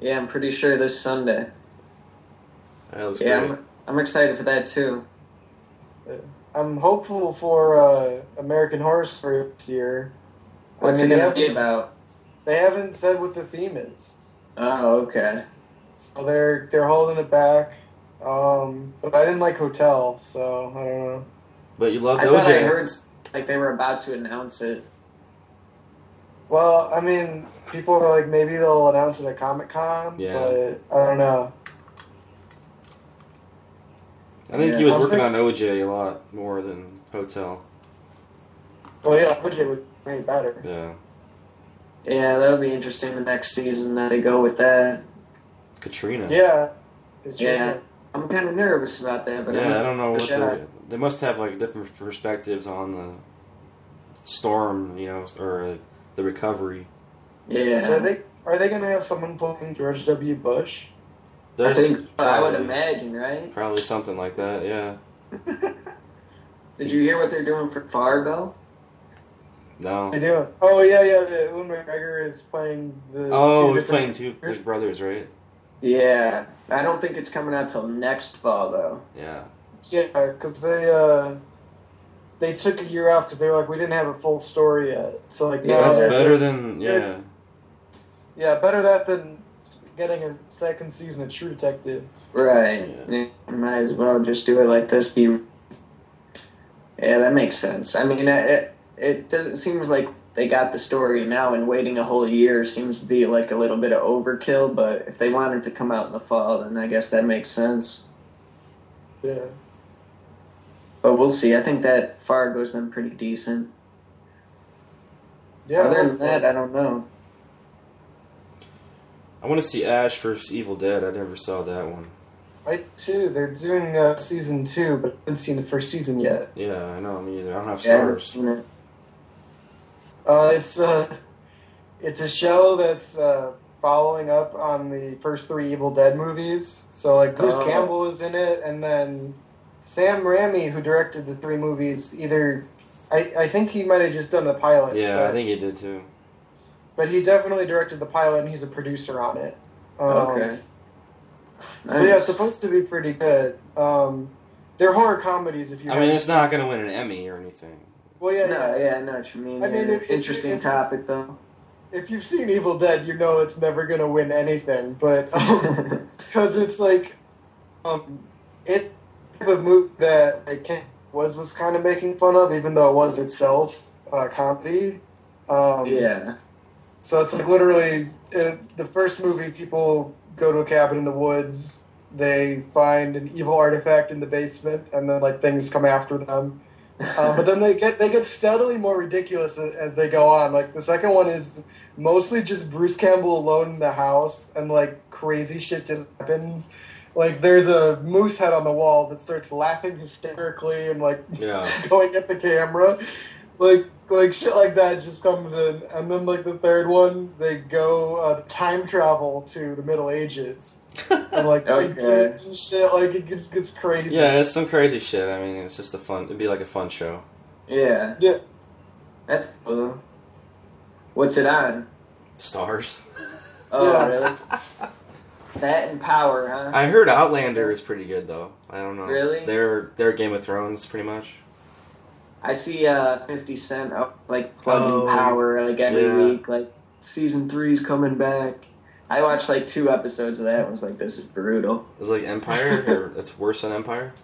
Speaker 3: Yeah, I'm pretty sure this Sunday.
Speaker 1: That looks
Speaker 3: yeah,
Speaker 1: great.
Speaker 3: I'm, I'm excited for that too.
Speaker 2: I'm hopeful for uh, American Horror Story this year.
Speaker 3: What's
Speaker 2: I mean,
Speaker 3: it
Speaker 2: they
Speaker 3: gonna be
Speaker 2: haven't-
Speaker 3: about?
Speaker 2: They haven't said what the theme is.
Speaker 3: Oh, okay.
Speaker 2: So they're they're holding it back. Um, but I didn't like Hotel, so I don't know.
Speaker 1: But you
Speaker 3: I
Speaker 1: loved
Speaker 3: thought I
Speaker 1: OJ.
Speaker 3: heard s- like they were about to announce it.
Speaker 2: Well, I mean, people are like maybe they'll announce it at Comic Con,
Speaker 1: Yeah.
Speaker 2: but I don't know.
Speaker 1: I think he
Speaker 3: Yeah.
Speaker 1: was
Speaker 2: I was
Speaker 1: working on OJ a lot more than Hotel.
Speaker 2: Well, yeah, OJ would be better.
Speaker 1: Yeah.
Speaker 3: Yeah, that'll be interesting. The next season that they go with that.
Speaker 1: Katrina.
Speaker 2: Yeah. It's
Speaker 3: Yeah.
Speaker 2: true.
Speaker 3: I'm kind of nervous about that, but I'm
Speaker 1: yeah, I
Speaker 3: gonna
Speaker 1: don't know
Speaker 3: give
Speaker 1: what
Speaker 3: it a shot.
Speaker 1: the, they must have like different perspectives on the storm, you know, or uh, the recovery.
Speaker 3: Yeah,
Speaker 2: So are they are they gonna have someone playing George W. Bush?
Speaker 3: I
Speaker 1: There's
Speaker 3: think uh, I would
Speaker 1: probably-
Speaker 3: imagine, right?
Speaker 1: probably something like that. Yeah.
Speaker 3: Did you hear what they're doing for Fargo?
Speaker 1: No.
Speaker 2: They do. Oh yeah, yeah. The, Ewan McGregor is playing the.
Speaker 1: Oh,
Speaker 2: two
Speaker 1: he's
Speaker 2: different-
Speaker 1: playing two big brothers, right?
Speaker 3: Yeah, I don't think it's coming out till next fall though.
Speaker 1: Yeah.
Speaker 2: Yeah, because they uh, they took a year off because they were like we didn't have a full story yet. So like
Speaker 3: Yeah,
Speaker 2: now
Speaker 1: That's
Speaker 2: they're-
Speaker 1: better than yeah.
Speaker 2: Yeah, better that than getting a second season of True Detective.
Speaker 3: Right. Yeah, Might as well just do it like this. You. Yeah, that makes sense. I mean, it it, it doesn't, seems like they got the story now, and waiting a whole year seems to be like a little bit of overkill. But if they want it to come out in the fall, then I guess that makes sense.
Speaker 2: Yeah.
Speaker 3: But we'll see. I think that Fargo's been pretty decent.
Speaker 2: Yeah.
Speaker 3: Other than that, I don't know.
Speaker 1: I want to see Ash versus Evil Dead. I never saw that one.
Speaker 2: I too. They're doing uh, season two, but I haven't seen the first season yet.
Speaker 1: Yeah, I know me either. I don't have
Speaker 3: Yeah, I haven't
Speaker 1: stars.
Speaker 3: seen it.
Speaker 2: Uh, it's uh, it's a show that's uh, following up on the first three Evil Dead movies. So like Bruce
Speaker 3: Oh.
Speaker 2: Campbell is in it, and then Sam Raimi, who directed the three movies, either I, I think he might have just done the pilot.
Speaker 1: Yeah,
Speaker 2: but,
Speaker 1: I think he did too.
Speaker 2: but he definitely directed the pilot, and he's a producer on it. Um,
Speaker 3: Okay.
Speaker 2: So yeah,
Speaker 3: Nice.
Speaker 2: it's supposed to be pretty good. Um, they're horror comedies, if you.
Speaker 1: I mean,
Speaker 2: haven't-
Speaker 1: it's not gonna win an Emmy or anything.
Speaker 2: well, yeah, yeah.
Speaker 3: No, yeah, I know what you mean.
Speaker 2: I mean,
Speaker 3: Yeah,
Speaker 2: if- if-
Speaker 3: interesting
Speaker 2: if-
Speaker 3: topic though.
Speaker 2: If you've seen Evil Dead, you know it's never gonna win anything, but Oh. because it's like, um, it type of movie that it can, was was kind of making fun of, even though it was itself uh, comedy. Um,
Speaker 3: yeah.
Speaker 2: So it's like literally uh, the first movie. People go to a cabin in the woods. They find an evil artifact in the basement, and then like things come after them. Um, but then they get they get steadily more ridiculous as, as they go on. Like the second one is mostly just Bruce Campbell alone in the house, and like crazy shit just happens. Like there's a moose head on the wall that starts laughing hysterically and like
Speaker 1: Yeah.
Speaker 2: going at the camera. Like like shit like that just comes in, and then like the third one, they go uh, time travel to the Middle Ages, and like
Speaker 3: Okay.
Speaker 2: they kids and shit. Like it just gets crazy.
Speaker 1: yeah, it's some crazy shit. I mean, it's just a fun. It'd be like a fun show.
Speaker 3: Yeah.
Speaker 2: Yeah.
Speaker 3: That's cool. What's it on?
Speaker 1: Stars.
Speaker 3: Oh,
Speaker 2: Yeah.
Speaker 3: really? That and Power, huh?
Speaker 1: I heard Outlander is pretty good though. I don't know.
Speaker 3: Really?
Speaker 1: They're they're Game of Thrones pretty much.
Speaker 3: I see uh, 50 Cent up, like plugging
Speaker 1: Oh,
Speaker 3: Power like every
Speaker 1: yeah.
Speaker 3: week. Like season three's coming back. I watched like two episodes of that. and was like, this is brutal.
Speaker 1: It's like Empire, or it's worse than Empire.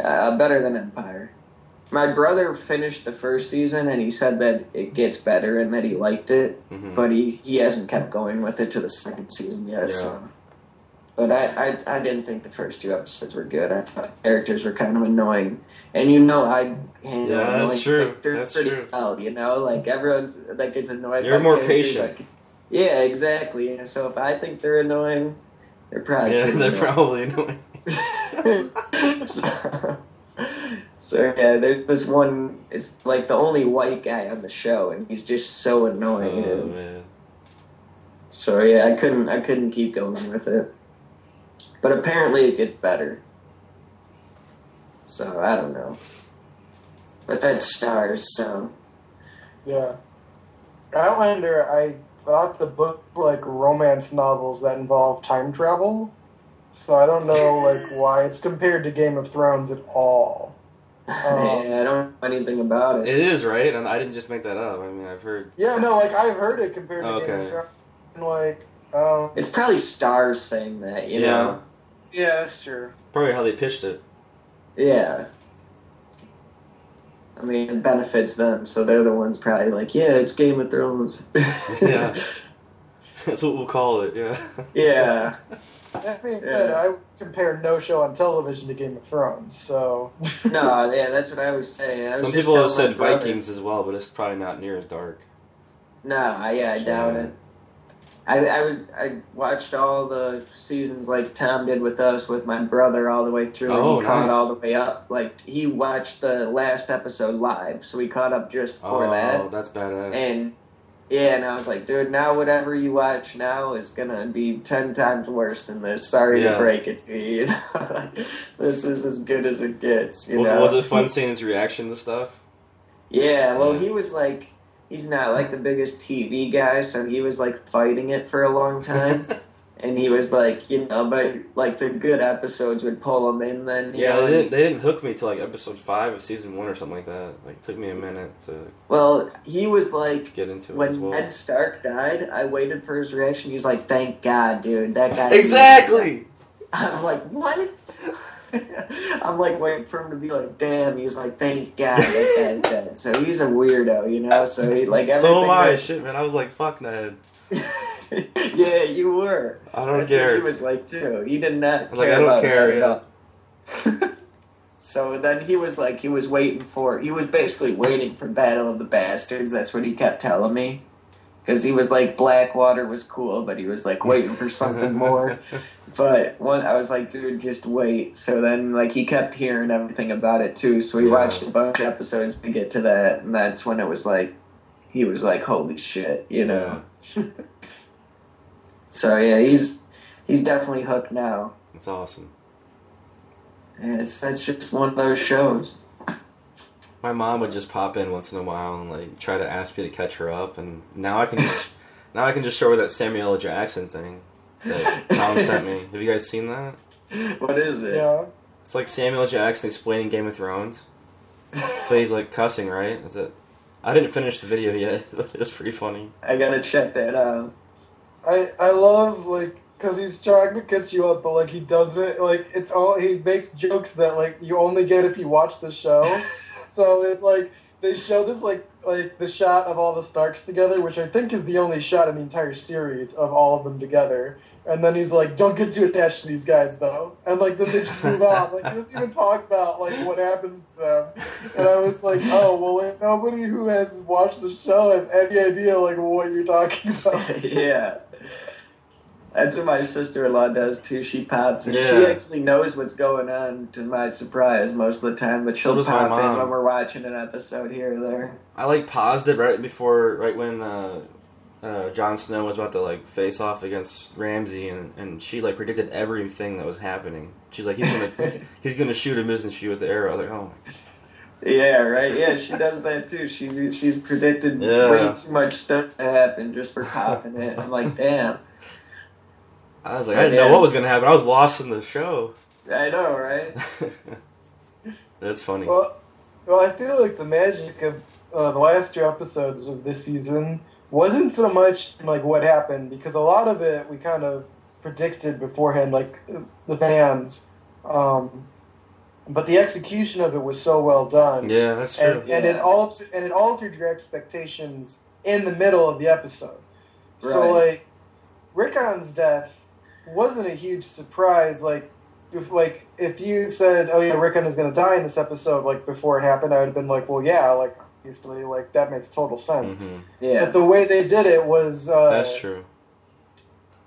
Speaker 3: Uh, better than Empire. My brother finished the first season and he said that it gets better and that he liked it,
Speaker 1: hmm
Speaker 3: but he, he hasn't kept going with it to the second season yet.
Speaker 1: Yeah.
Speaker 3: So. But I, I, I didn't think the first two episodes were good. I thought the characters were kind of annoying. And you know, I handle
Speaker 1: Yeah, that's
Speaker 3: annoying
Speaker 1: true.
Speaker 3: characters
Speaker 1: That's
Speaker 3: pretty
Speaker 1: true.
Speaker 3: well, you know? Like, everyone's that gets annoyed
Speaker 1: You're
Speaker 3: by
Speaker 1: more
Speaker 3: characters,
Speaker 1: patient.
Speaker 3: like- yeah, exactly. And so if I think they're annoying, they're probably
Speaker 1: yeah,
Speaker 3: pretty
Speaker 1: they're
Speaker 3: annoying.
Speaker 1: probably annoying.
Speaker 3: so, so, yeah, there's this one. It's like the only white guy on the show, and he's just so annoying.
Speaker 1: Oh
Speaker 3: and
Speaker 1: man.
Speaker 3: so yeah, I couldn't I couldn't keep going with it. But apparently, it gets better. So I don't know. But that's stars, so
Speaker 2: Yeah. Outlander, I thought the book were, like romance novels that involve time travel. So I don't know like why it's compared to Game of Thrones at all. Oh.
Speaker 3: yeah, I don't know anything about it.
Speaker 1: It is right, and I didn't just make that up. I mean, I've heard.
Speaker 2: Yeah, no, like I've heard it compared to Game
Speaker 1: Okay.
Speaker 2: of Thrones. And like, um,
Speaker 3: It's probably stars saying that, you
Speaker 1: yeah,
Speaker 3: know?
Speaker 2: yeah, that's true.
Speaker 1: probably how they pitched it.
Speaker 3: Yeah. I mean, it benefits them, so they're the ones probably like, yeah, it's Game of Thrones.
Speaker 1: Yeah. That's what we'll call it. Yeah.
Speaker 3: yeah.
Speaker 2: That being said,
Speaker 3: Yeah.
Speaker 2: I would compare no show on television to Game of Thrones. So
Speaker 3: No, yeah, that's what I always say. I was
Speaker 1: Some
Speaker 3: just
Speaker 1: people have
Speaker 3: telling
Speaker 1: said
Speaker 3: my brother-
Speaker 1: Vikings as well, but it's probably not near as dark.
Speaker 3: No, yeah, I doubt
Speaker 1: Yeah.
Speaker 3: it. I, I would- I watched all the seasons like Tom did with us with my brother all the way through.
Speaker 1: Oh,
Speaker 3: and he caught
Speaker 1: nice.
Speaker 3: all the way up. Like he watched the last episode live, so we caught up just before
Speaker 1: oh,
Speaker 3: that.
Speaker 1: that's badass.
Speaker 3: And yeah, and I was like, dude, now whatever you watch now is gonna be ten times worse than this. Sorry
Speaker 1: Yeah.
Speaker 3: to break it to you. you know? this is as good as it gets. You
Speaker 1: was,
Speaker 3: know?
Speaker 1: was it fun seeing his reaction to stuff?
Speaker 3: Yeah, well,
Speaker 1: Yeah.
Speaker 3: he was like, he's not like the biggest TV guy, so he was like fighting it for a long time. and he was like, you know, but like the good episodes would pull him in then. you
Speaker 1: yeah,
Speaker 3: know,
Speaker 1: they didn't,
Speaker 3: and-
Speaker 1: they didn't hook me till like episode five of season one or something like that. Like, it took me a minute to
Speaker 3: Well, he was like,
Speaker 1: get into it as
Speaker 3: when
Speaker 1: well.
Speaker 3: Ned Stark died, I waited for his reaction. He was like, thank God, dude. That guy.
Speaker 1: Exactly.
Speaker 3: I'm like, what? I'm like waiting for him to be like, damn. He was like, thank God. that guy's dead." So he's a weirdo, you know? So he, like, everything.
Speaker 1: So am I.
Speaker 3: that-
Speaker 1: Shit, man. I was like, fuck Ned.
Speaker 3: yeah, you were.
Speaker 1: I don't
Speaker 3: That's what
Speaker 1: care.
Speaker 3: He was like too. He did not
Speaker 1: was like,
Speaker 3: care
Speaker 1: I don't
Speaker 3: about
Speaker 1: care,
Speaker 3: that at all. so then he was like, he was waiting for. He was basically waiting for Battle of the Bastards. That's what he kept telling me. Because he was like Blackwater was cool, but he was like waiting for something more. But one, I was like, dude, just wait. So then, like, he kept hearing everything about it too. So we
Speaker 1: Yeah.
Speaker 3: watched a bunch of episodes to get to that, and that's when it was like, he was like, holy shit, you know.
Speaker 1: Yeah.
Speaker 3: So yeah, he's he's definitely hooked now.
Speaker 1: It's awesome.
Speaker 3: And it's that's just one of those shows.
Speaker 1: My mom would just pop in once in a while and like try to ask me to catch her up, and now I can just now I can just show her that Samuel L. Jackson thing that Tom sent me. Have you guys seen that?
Speaker 3: What is it?
Speaker 2: Yeah.
Speaker 1: It's like Samuel L. Jackson explaining Game of Thrones, but he's like cussing, right? Is it? I didn't finish the video yet, but it was pretty funny.
Speaker 3: I gotta check that out.
Speaker 2: I I love like because he's trying to catch you up, but like he doesn't like it's all he makes jokes that like you only get if you watch the show. so it's like they show this like like the shot of all the Starks together, which I think is the only shot in the entire series of all of them together. And then he's like, "Don't get too attached to these guys, though." And like then they just move on. Like he doesn't even talk about like what happens to them. And I was like, "Oh well, like, nobody who has watched the show has any idea like what you're talking about."
Speaker 3: yeah. That's what my sister in law does too. She pops and
Speaker 1: Yeah.
Speaker 3: she actually knows what's going on to my surprise most of the time, but she'll
Speaker 1: does my
Speaker 3: pop
Speaker 1: mom.
Speaker 3: in when we're watching an episode here or there.
Speaker 1: I like paused it right before, right when uh, uh, Jon Snow was about to like face off against Ramsay, and, and she like predicted everything that was happening. She's like, he's gonna he's gonna shoot him, isn't she, with the arrow? I was like, oh my.
Speaker 3: Yeah, right. Yeah, she does that too. She she's predicted
Speaker 1: Yeah.
Speaker 3: way too much stuff to happen just for popping it. I'm like, damn.
Speaker 1: I was like, I didn't know what was gonna happen. I was lost in the show.
Speaker 3: I know, right?
Speaker 1: That's funny.
Speaker 2: Well, well, I feel like the magic of uh, the last two episodes of this season wasn't so much like what happened because a lot of it we kind of predicted beforehand, like the bands. Um, but the execution of it was so well done,
Speaker 1: Yeah, that's true.
Speaker 2: and, and it
Speaker 3: Yeah.
Speaker 2: altered and it altered your expectations in the middle of the episode. So
Speaker 3: Right.
Speaker 2: like, Rickon's death wasn't a huge surprise. Like, if, like if you said, "Oh yeah, Rickon is going to die in this episode," like before it happened, I would have been like, "Well, yeah, like obviously, like that makes total sense."
Speaker 1: hmm
Speaker 3: Yeah.
Speaker 2: But the way they did it was uh,
Speaker 1: That's true.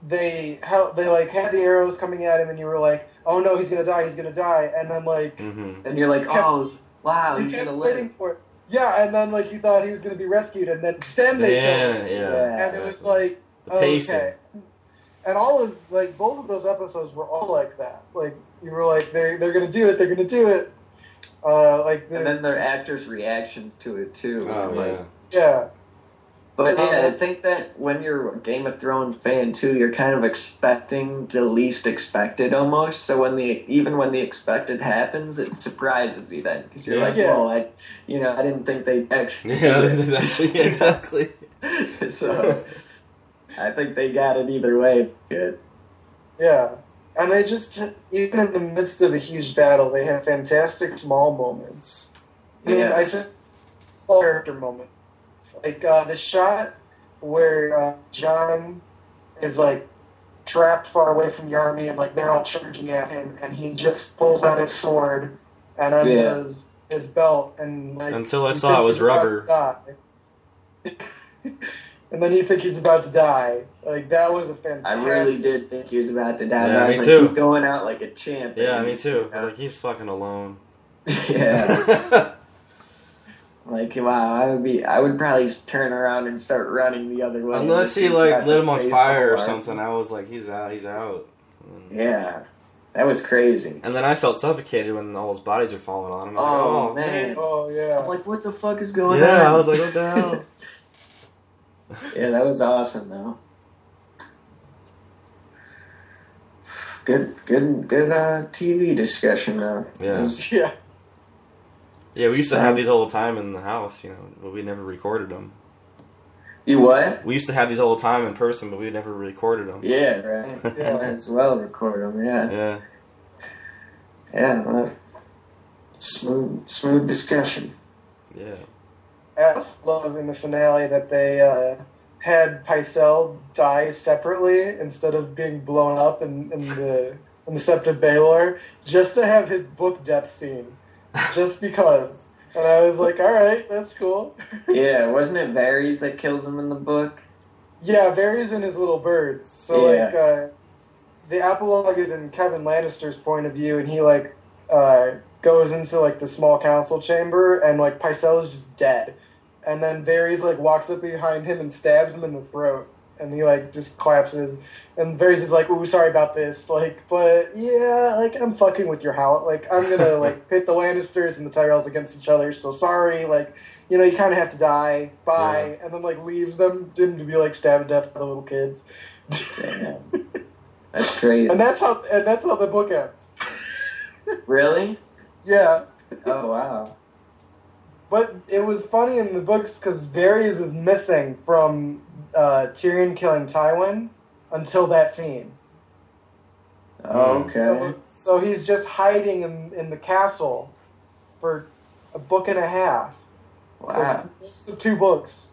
Speaker 2: they how they like had the arrows coming at him, and you were like, "Oh no, he's going to die! He's going to die!" And then like
Speaker 1: hmm
Speaker 3: And you're like,
Speaker 2: Kept-
Speaker 3: oh, wow,
Speaker 2: you
Speaker 3: you should
Speaker 2: kept
Speaker 3: have
Speaker 2: waiting
Speaker 3: lived.
Speaker 2: for it. Yeah, and then like you thought he was going to be rescued, and then then they killed him.
Speaker 1: Yeah, yeah.
Speaker 3: Yeah.
Speaker 2: and it was like
Speaker 1: the pacing.
Speaker 2: Okay. And all of like both of those episodes were all like that. Like you were like they they're gonna do it, they're gonna do it. Uh, like the,
Speaker 3: And then their actors' reactions to it too.
Speaker 1: Oh
Speaker 3: Like,
Speaker 1: yeah.
Speaker 2: yeah,
Speaker 3: But yeah, I think that when you're a Game of Thrones fan too, you're kind of expecting the least expected almost. So when the even when the expected happens, it surprises you then because you're
Speaker 1: Yeah.
Speaker 3: like,
Speaker 2: Yeah.
Speaker 3: whoa, I, you know, I didn't think they actually.
Speaker 1: Yeah, actually, exactly.
Speaker 3: so I think they got it either way. Good.
Speaker 2: yeah. And they just even in the midst of a huge battle, they have fantastic small moments. I mean,
Speaker 3: Yeah.
Speaker 2: I said small character moment, like uh, the shot where uh, John is like trapped far away from the army, and like they're all charging at him, and he just pulls out his sword and undoes his belt, and like
Speaker 1: Until I
Speaker 2: you
Speaker 1: saw
Speaker 2: think
Speaker 1: it was
Speaker 2: he's about
Speaker 1: rubber.
Speaker 2: to die. and then you think he's about to die. Like that was a
Speaker 3: I
Speaker 2: fantastic.
Speaker 3: really did think he was about to die.
Speaker 1: Yeah,
Speaker 3: but I was
Speaker 1: me
Speaker 3: like,
Speaker 1: too.
Speaker 3: he's going out like a champ.
Speaker 1: Yeah,
Speaker 3: And
Speaker 1: me
Speaker 3: he's-
Speaker 1: too. Like he's fucking alone.
Speaker 3: yeah. Like wow, I would be. I would probably just turn around and start running the other way.
Speaker 1: Unless he
Speaker 3: tried
Speaker 1: like
Speaker 3: to
Speaker 1: lit him on
Speaker 3: face the
Speaker 1: fire or
Speaker 3: wall.
Speaker 1: something, I was like, he's out, he's out. And-
Speaker 3: Yeah, that was crazy.
Speaker 1: And then I felt suffocated when all his bodies were falling on him. I
Speaker 3: Oh,
Speaker 1: was like,
Speaker 3: man,
Speaker 2: Oh yeah.
Speaker 3: I'm like, what the fuck is
Speaker 1: oh.
Speaker 3: going on?
Speaker 1: Yeah, I was like, what the hell?
Speaker 3: yeah, that was awesome though. Good, good, good uh, TV discussion though.
Speaker 1: Yeah.
Speaker 3: It was-
Speaker 2: Yeah.
Speaker 1: Yeah, we used to have these all the time in the house, you know, but we never recorded them.
Speaker 3: you what?
Speaker 1: We used to have these all the time in person, but we never recorded them.
Speaker 3: Yeah, right.
Speaker 2: Yeah.
Speaker 3: Might as well record them. Yeah,
Speaker 1: Yeah.
Speaker 3: yeah. well, smooth, smooth discussion.
Speaker 1: Yeah.
Speaker 2: I also love in the finale that they uh, had Pycelle die separately instead of being blown up in, in the in the Sept of Baylor, just to have his book death scene, just because. And I was like, all right, that's cool.
Speaker 3: Yeah, wasn't it Varys that kills him in the book?
Speaker 2: Yeah, Varys and his little birds. So
Speaker 3: Yeah.
Speaker 2: like uh, the epilogue is in Kevin Lannister's point of view, and he like uh, goes into like the small council chamber, and like Pycelle is just dead, and then Varys like walks up behind him and stabs him in the throat, and he like just collapses, and Varys is like, "Ooh, sorry about this," like, but yeah, like I'm fucking with your house, like I'm gonna like pit the Lannisters and the Tyrells against each other, so sorry, like you know, you kind of have to die. Bye. And then, like, leaves them him to be, like, stabbed to death by the little kids.
Speaker 3: Damn. That's crazy.
Speaker 2: And that's how and that's how the book ends.
Speaker 3: really?
Speaker 2: Yeah.
Speaker 3: Oh wow.
Speaker 2: But it was funny in the books because Varys is missing from uh, Tyrion killing Tywin until that scene.
Speaker 3: Oh,
Speaker 1: Hmm.
Speaker 3: Okay.
Speaker 2: So, so he's just hiding in, in the castle for a book and a half.
Speaker 3: wow.
Speaker 2: So two books.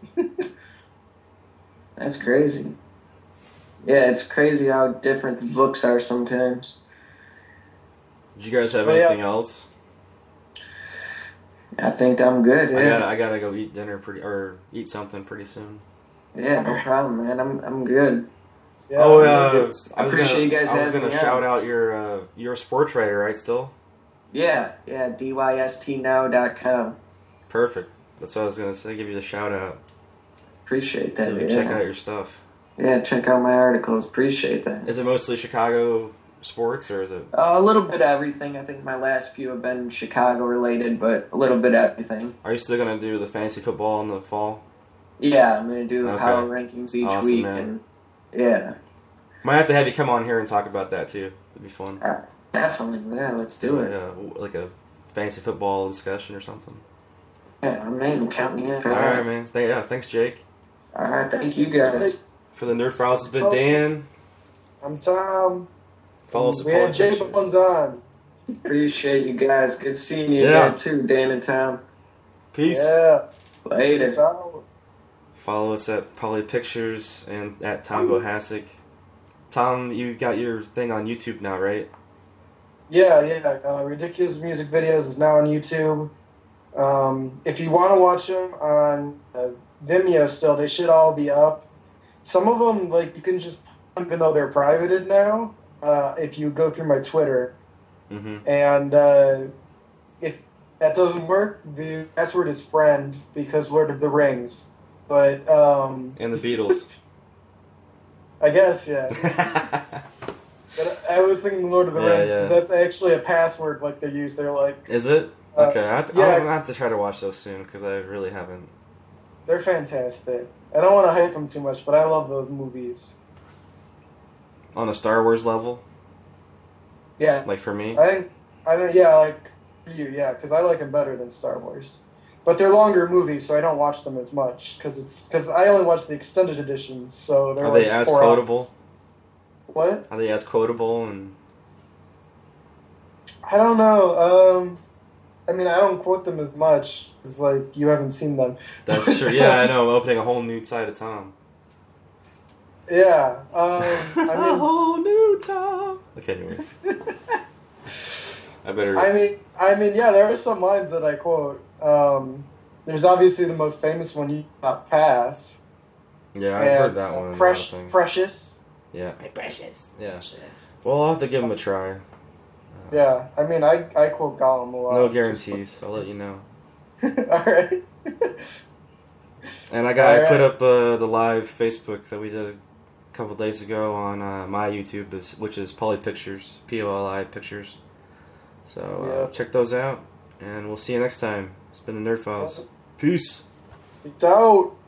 Speaker 3: That's crazy. Yeah, it's crazy how different the books are sometimes.
Speaker 1: Did you guys have
Speaker 2: Well, yeah.
Speaker 1: anything else?
Speaker 3: I think I'm good.
Speaker 1: I
Speaker 3: Yeah.
Speaker 1: gotta I gotta go eat dinner pretty or eat something pretty soon.
Speaker 3: Yeah, no problem, man. I'm I'm good.
Speaker 2: Yeah.
Speaker 1: oh,
Speaker 3: it was
Speaker 1: uh,
Speaker 3: a good- I
Speaker 1: was
Speaker 3: appreciate
Speaker 1: gonna-
Speaker 3: you guys
Speaker 1: I was
Speaker 3: having
Speaker 1: gonna
Speaker 3: me
Speaker 1: shout out your uh, you're a sports writer, right? Still
Speaker 3: Yeah, yeah, dystnow.com.
Speaker 1: perfect. That's what I was gonna say. Give you the shout out.
Speaker 3: Appreciate
Speaker 1: So
Speaker 3: that.
Speaker 1: you
Speaker 3: Yeah.
Speaker 1: can check out your stuff.
Speaker 3: yeah, check out my articles. Appreciate that.
Speaker 1: Is it mostly Chicago sports or is it?
Speaker 3: Uh, a little bit of everything. I think my last few have been Chicago related, but a little bit of everything.
Speaker 1: Are you still gonna do the fantasy football in the fall?
Speaker 3: Yeah, I'm gonna do the
Speaker 1: Okay.
Speaker 3: power rankings each
Speaker 1: Awesome,
Speaker 3: week,
Speaker 1: man.
Speaker 3: and yeah,
Speaker 1: Might have to have you come on here and talk about that too. It'd be fun.
Speaker 3: definitely, yeah, let's do it.
Speaker 1: Yeah, like a fantasy football discussion or something.
Speaker 3: Yeah, I'm in. I'm counting in.
Speaker 1: All right, man. Th- yeah, thanks, Jake.
Speaker 3: All right, Ah, thank you guys.
Speaker 1: For the Nerd Files, it's been Dan.
Speaker 2: I'm Tom.
Speaker 1: Follow us at
Speaker 2: we had
Speaker 1: Paul
Speaker 2: Jay
Speaker 1: Fisher.
Speaker 2: Bones on.
Speaker 3: Appreciate you guys. Good seeing you
Speaker 1: Yeah.
Speaker 3: there too, Dan and Tom.
Speaker 1: Peace.
Speaker 2: Yeah.
Speaker 3: Later.
Speaker 2: Peace out.
Speaker 1: Follow us at Poly Pictures and at Tom Bohasic. Tom, you got your thing on YouTube now, right?
Speaker 2: Yeah, yeah. Uh, Ridiculous Music Videos is now on YouTube. Um, if you want to watch them on uh, Vimeo still, they should all be up. Some of them, like, you can just, even though they're privated now, uh, if you go through my Twitter.
Speaker 1: Mm-hmm.
Speaker 2: And uh, if that doesn't work, the password is friend because Lord of the Rings. But um,
Speaker 1: And the Beatles.
Speaker 2: I guess, yeah. But I was thinking Lord of the
Speaker 1: Yeah,
Speaker 2: Rings
Speaker 1: yeah.
Speaker 2: because that's actually a password like they use. They're like,
Speaker 1: Is it?
Speaker 2: Uh,
Speaker 1: Okay, I have to,
Speaker 2: yeah.
Speaker 1: I'm gonna have to try to watch those soon because I really haven't.
Speaker 2: They're fantastic. I don't want to hype them too much, but I love those movies.
Speaker 1: On a Star Wars level,
Speaker 2: Yeah,
Speaker 1: like for me.
Speaker 2: I think I think yeah, like you, yeah, because I like them better than Star Wars. But they're longer movies, so I don't watch them as much because it's because I only watch the extended editions. So they're
Speaker 1: Are they
Speaker 2: like
Speaker 1: as
Speaker 2: four hours.
Speaker 1: quotable?
Speaker 2: What?
Speaker 1: Are they as quotable and
Speaker 2: I don't know. Um, I mean, I don't quote them as much. It's like you haven't seen them.
Speaker 1: That's true. Yeah, I know. I'm opening a whole new side of Tom.
Speaker 2: yeah. Um, I
Speaker 1: a
Speaker 2: mean,
Speaker 1: whole new Tom. Okay, anyways. I better.
Speaker 2: I mean, I mean, yeah, there are some lines that I quote. Um, there's obviously the most famous one, "You cannot pass,"
Speaker 1: Yeah, I've
Speaker 2: and,
Speaker 1: heard that
Speaker 2: uh,
Speaker 1: one.
Speaker 2: Fresh,
Speaker 1: I think.
Speaker 2: Precious.
Speaker 1: Yeah,
Speaker 4: My precious.
Speaker 1: yeah. Well, I'll have to give them a try.
Speaker 2: Yeah, I mean, I I quote Gollum a lot.
Speaker 1: No guarantees. I'll let you know.
Speaker 2: All right.
Speaker 1: And I got I
Speaker 2: Alright.
Speaker 1: put up uh, the live Facebook that we did a couple days ago on uh, my YouTube, is, which is Poly Pictures, P O L I Pictures. So uh,
Speaker 2: Yeah.
Speaker 1: check those out, and we'll see you next time. It's been the Nerd Files. Peace.
Speaker 2: it's out.